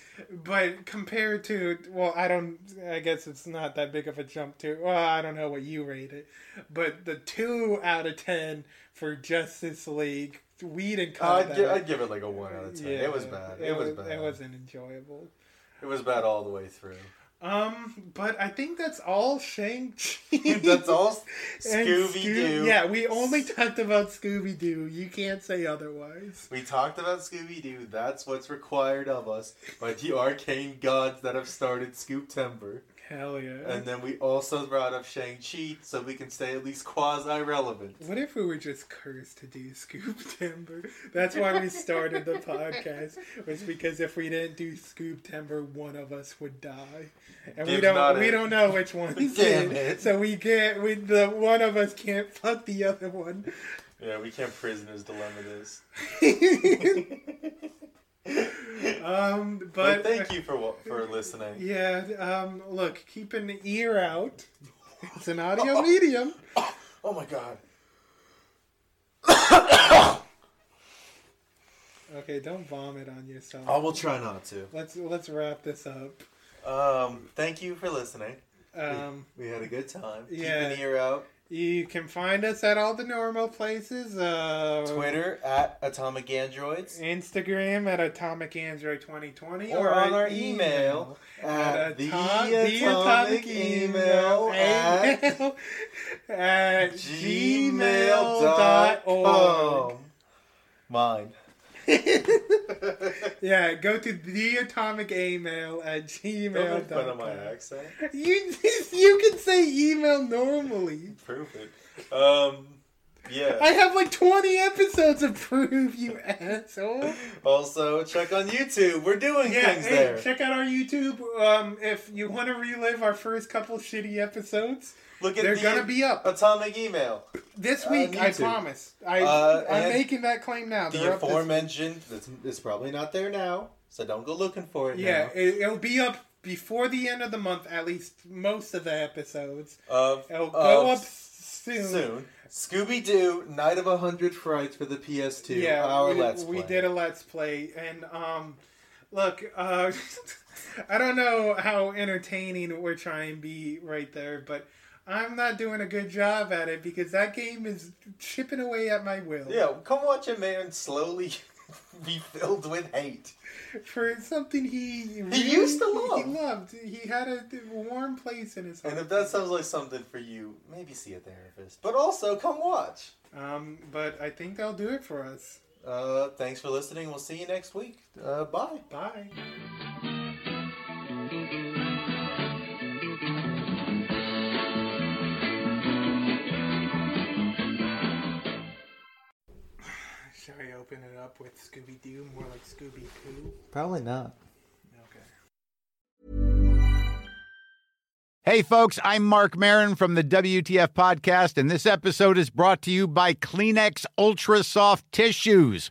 Speaker 2: but compared to well, I don't. I guess it's not that big of a jump to. Well, I don't know what you rate it, but the two out of ten for Justice League, Weed and
Speaker 1: Uh, I'd,
Speaker 2: Combat.
Speaker 1: gi- I'd give it like a one out of ten.
Speaker 2: yeah,
Speaker 1: it was bad. It, was,
Speaker 2: wa-
Speaker 1: bad.
Speaker 2: It wasn't enjoyable.
Speaker 1: It was bad all the way through.
Speaker 2: Um, but I think that's all Shang Chi.
Speaker 1: That's all
Speaker 2: And
Speaker 1: Scooby Doo.
Speaker 2: Scoo- Yeah, we only talked about Scooby Doo. You can't say otherwise.
Speaker 1: We talked about Scooby Doo. That's what's required of us by the arcane gods that have started Scoop Timber.
Speaker 2: Hell yeah.
Speaker 1: And then we also brought up Shang Chi, so we can stay at least quasi relevant.
Speaker 2: What if we were just cursed to do Scoop Timber? That's why we started the podcast. Was because if we didn't do Scoop Timber, one of us would die, and we
Speaker 1: It's
Speaker 2: don't
Speaker 1: not
Speaker 2: we
Speaker 1: it.
Speaker 2: don't know which one.
Speaker 1: Damn it.
Speaker 2: So we can't. We the one of us can't fuck the other one.
Speaker 1: Yeah, we can't prisoner's dilemma this.
Speaker 2: Um,
Speaker 1: But
Speaker 2: but
Speaker 1: thank you for wa- for listening.
Speaker 2: yeah. Um, look, keep an ear out. It's an audio medium.
Speaker 1: Oh my god.
Speaker 2: Okay, don't vomit on yourself.
Speaker 1: I will try not to.
Speaker 2: Let's let's wrap this up.
Speaker 1: Um, thank you for listening.
Speaker 2: Um,
Speaker 1: We had a good time.
Speaker 2: Yeah.
Speaker 1: Keep an ear out.
Speaker 2: You can find us at all the normal places. Uh,
Speaker 1: Twitter at Atomic Androids.
Speaker 2: Instagram at Atomic Android 2020.
Speaker 1: Or on our email at the
Speaker 2: E atom-
Speaker 1: atomic email at
Speaker 2: email at gmail.com.
Speaker 1: gmail.com. Mine.
Speaker 2: Yeah, go to the atomic email at
Speaker 1: Don't make fun of my
Speaker 2: gmail.com.
Speaker 1: accent.
Speaker 2: You, you can say email normally.
Speaker 1: Perfect. Um,
Speaker 2: I
Speaker 1: yeah.
Speaker 2: have like 20 episodes of proof, you asshole.
Speaker 1: Also, check on YouTube. We're doing
Speaker 2: Yeah,
Speaker 1: things
Speaker 2: hey,
Speaker 1: there.
Speaker 2: check out our YouTube. Um, if you want to relive our first couple shitty episodes,
Speaker 1: Look at
Speaker 2: they're
Speaker 1: the
Speaker 2: gonna be up
Speaker 1: Atomic email.
Speaker 2: this
Speaker 1: Uh,
Speaker 2: week. I
Speaker 1: YouTube.
Speaker 2: promise. I,
Speaker 1: Uh,
Speaker 2: I'm
Speaker 1: and
Speaker 2: making that claim now.
Speaker 1: The
Speaker 2: They're up this-
Speaker 1: aforementioned it's, it's probably not there now, so don't go looking for it.
Speaker 2: yeah,
Speaker 1: now.
Speaker 2: it, it'll be up before the end of the month. At least most of the episodes.
Speaker 1: Of-
Speaker 2: It'll
Speaker 1: of
Speaker 2: go up soon.
Speaker 1: Uh, soon. Scooby Doo Night of a Hundred Frights for the PS2.
Speaker 2: Yeah,
Speaker 1: our
Speaker 2: we,
Speaker 1: let's
Speaker 2: we
Speaker 1: play.
Speaker 2: did a let's play, and um, look, uh, I don't know how entertaining we're trying to be right there, but I'm not doing a good job at it because that game is chipping away at my will.
Speaker 1: Yeah, come watch a man slowly be filled with hate.
Speaker 2: for something he really-
Speaker 1: used to love.
Speaker 2: He loved. He had a warm place in his heart.
Speaker 1: And if that sounds like something for you, maybe see a therapist. But also, come watch.
Speaker 2: um, but I think that'll do it for us.
Speaker 1: Uh, thanks for listening. We'll see you next week. Uh, bye.
Speaker 2: Bye. Shall I open it up with Scooby Doo, more like Scooby Poo?
Speaker 1: Probably not.
Speaker 2: Okay.
Speaker 5: Hey, folks, I'm Mark Marin from the WTF Podcast, and this episode is brought to you by Kleenex Ultra Soft Tissues,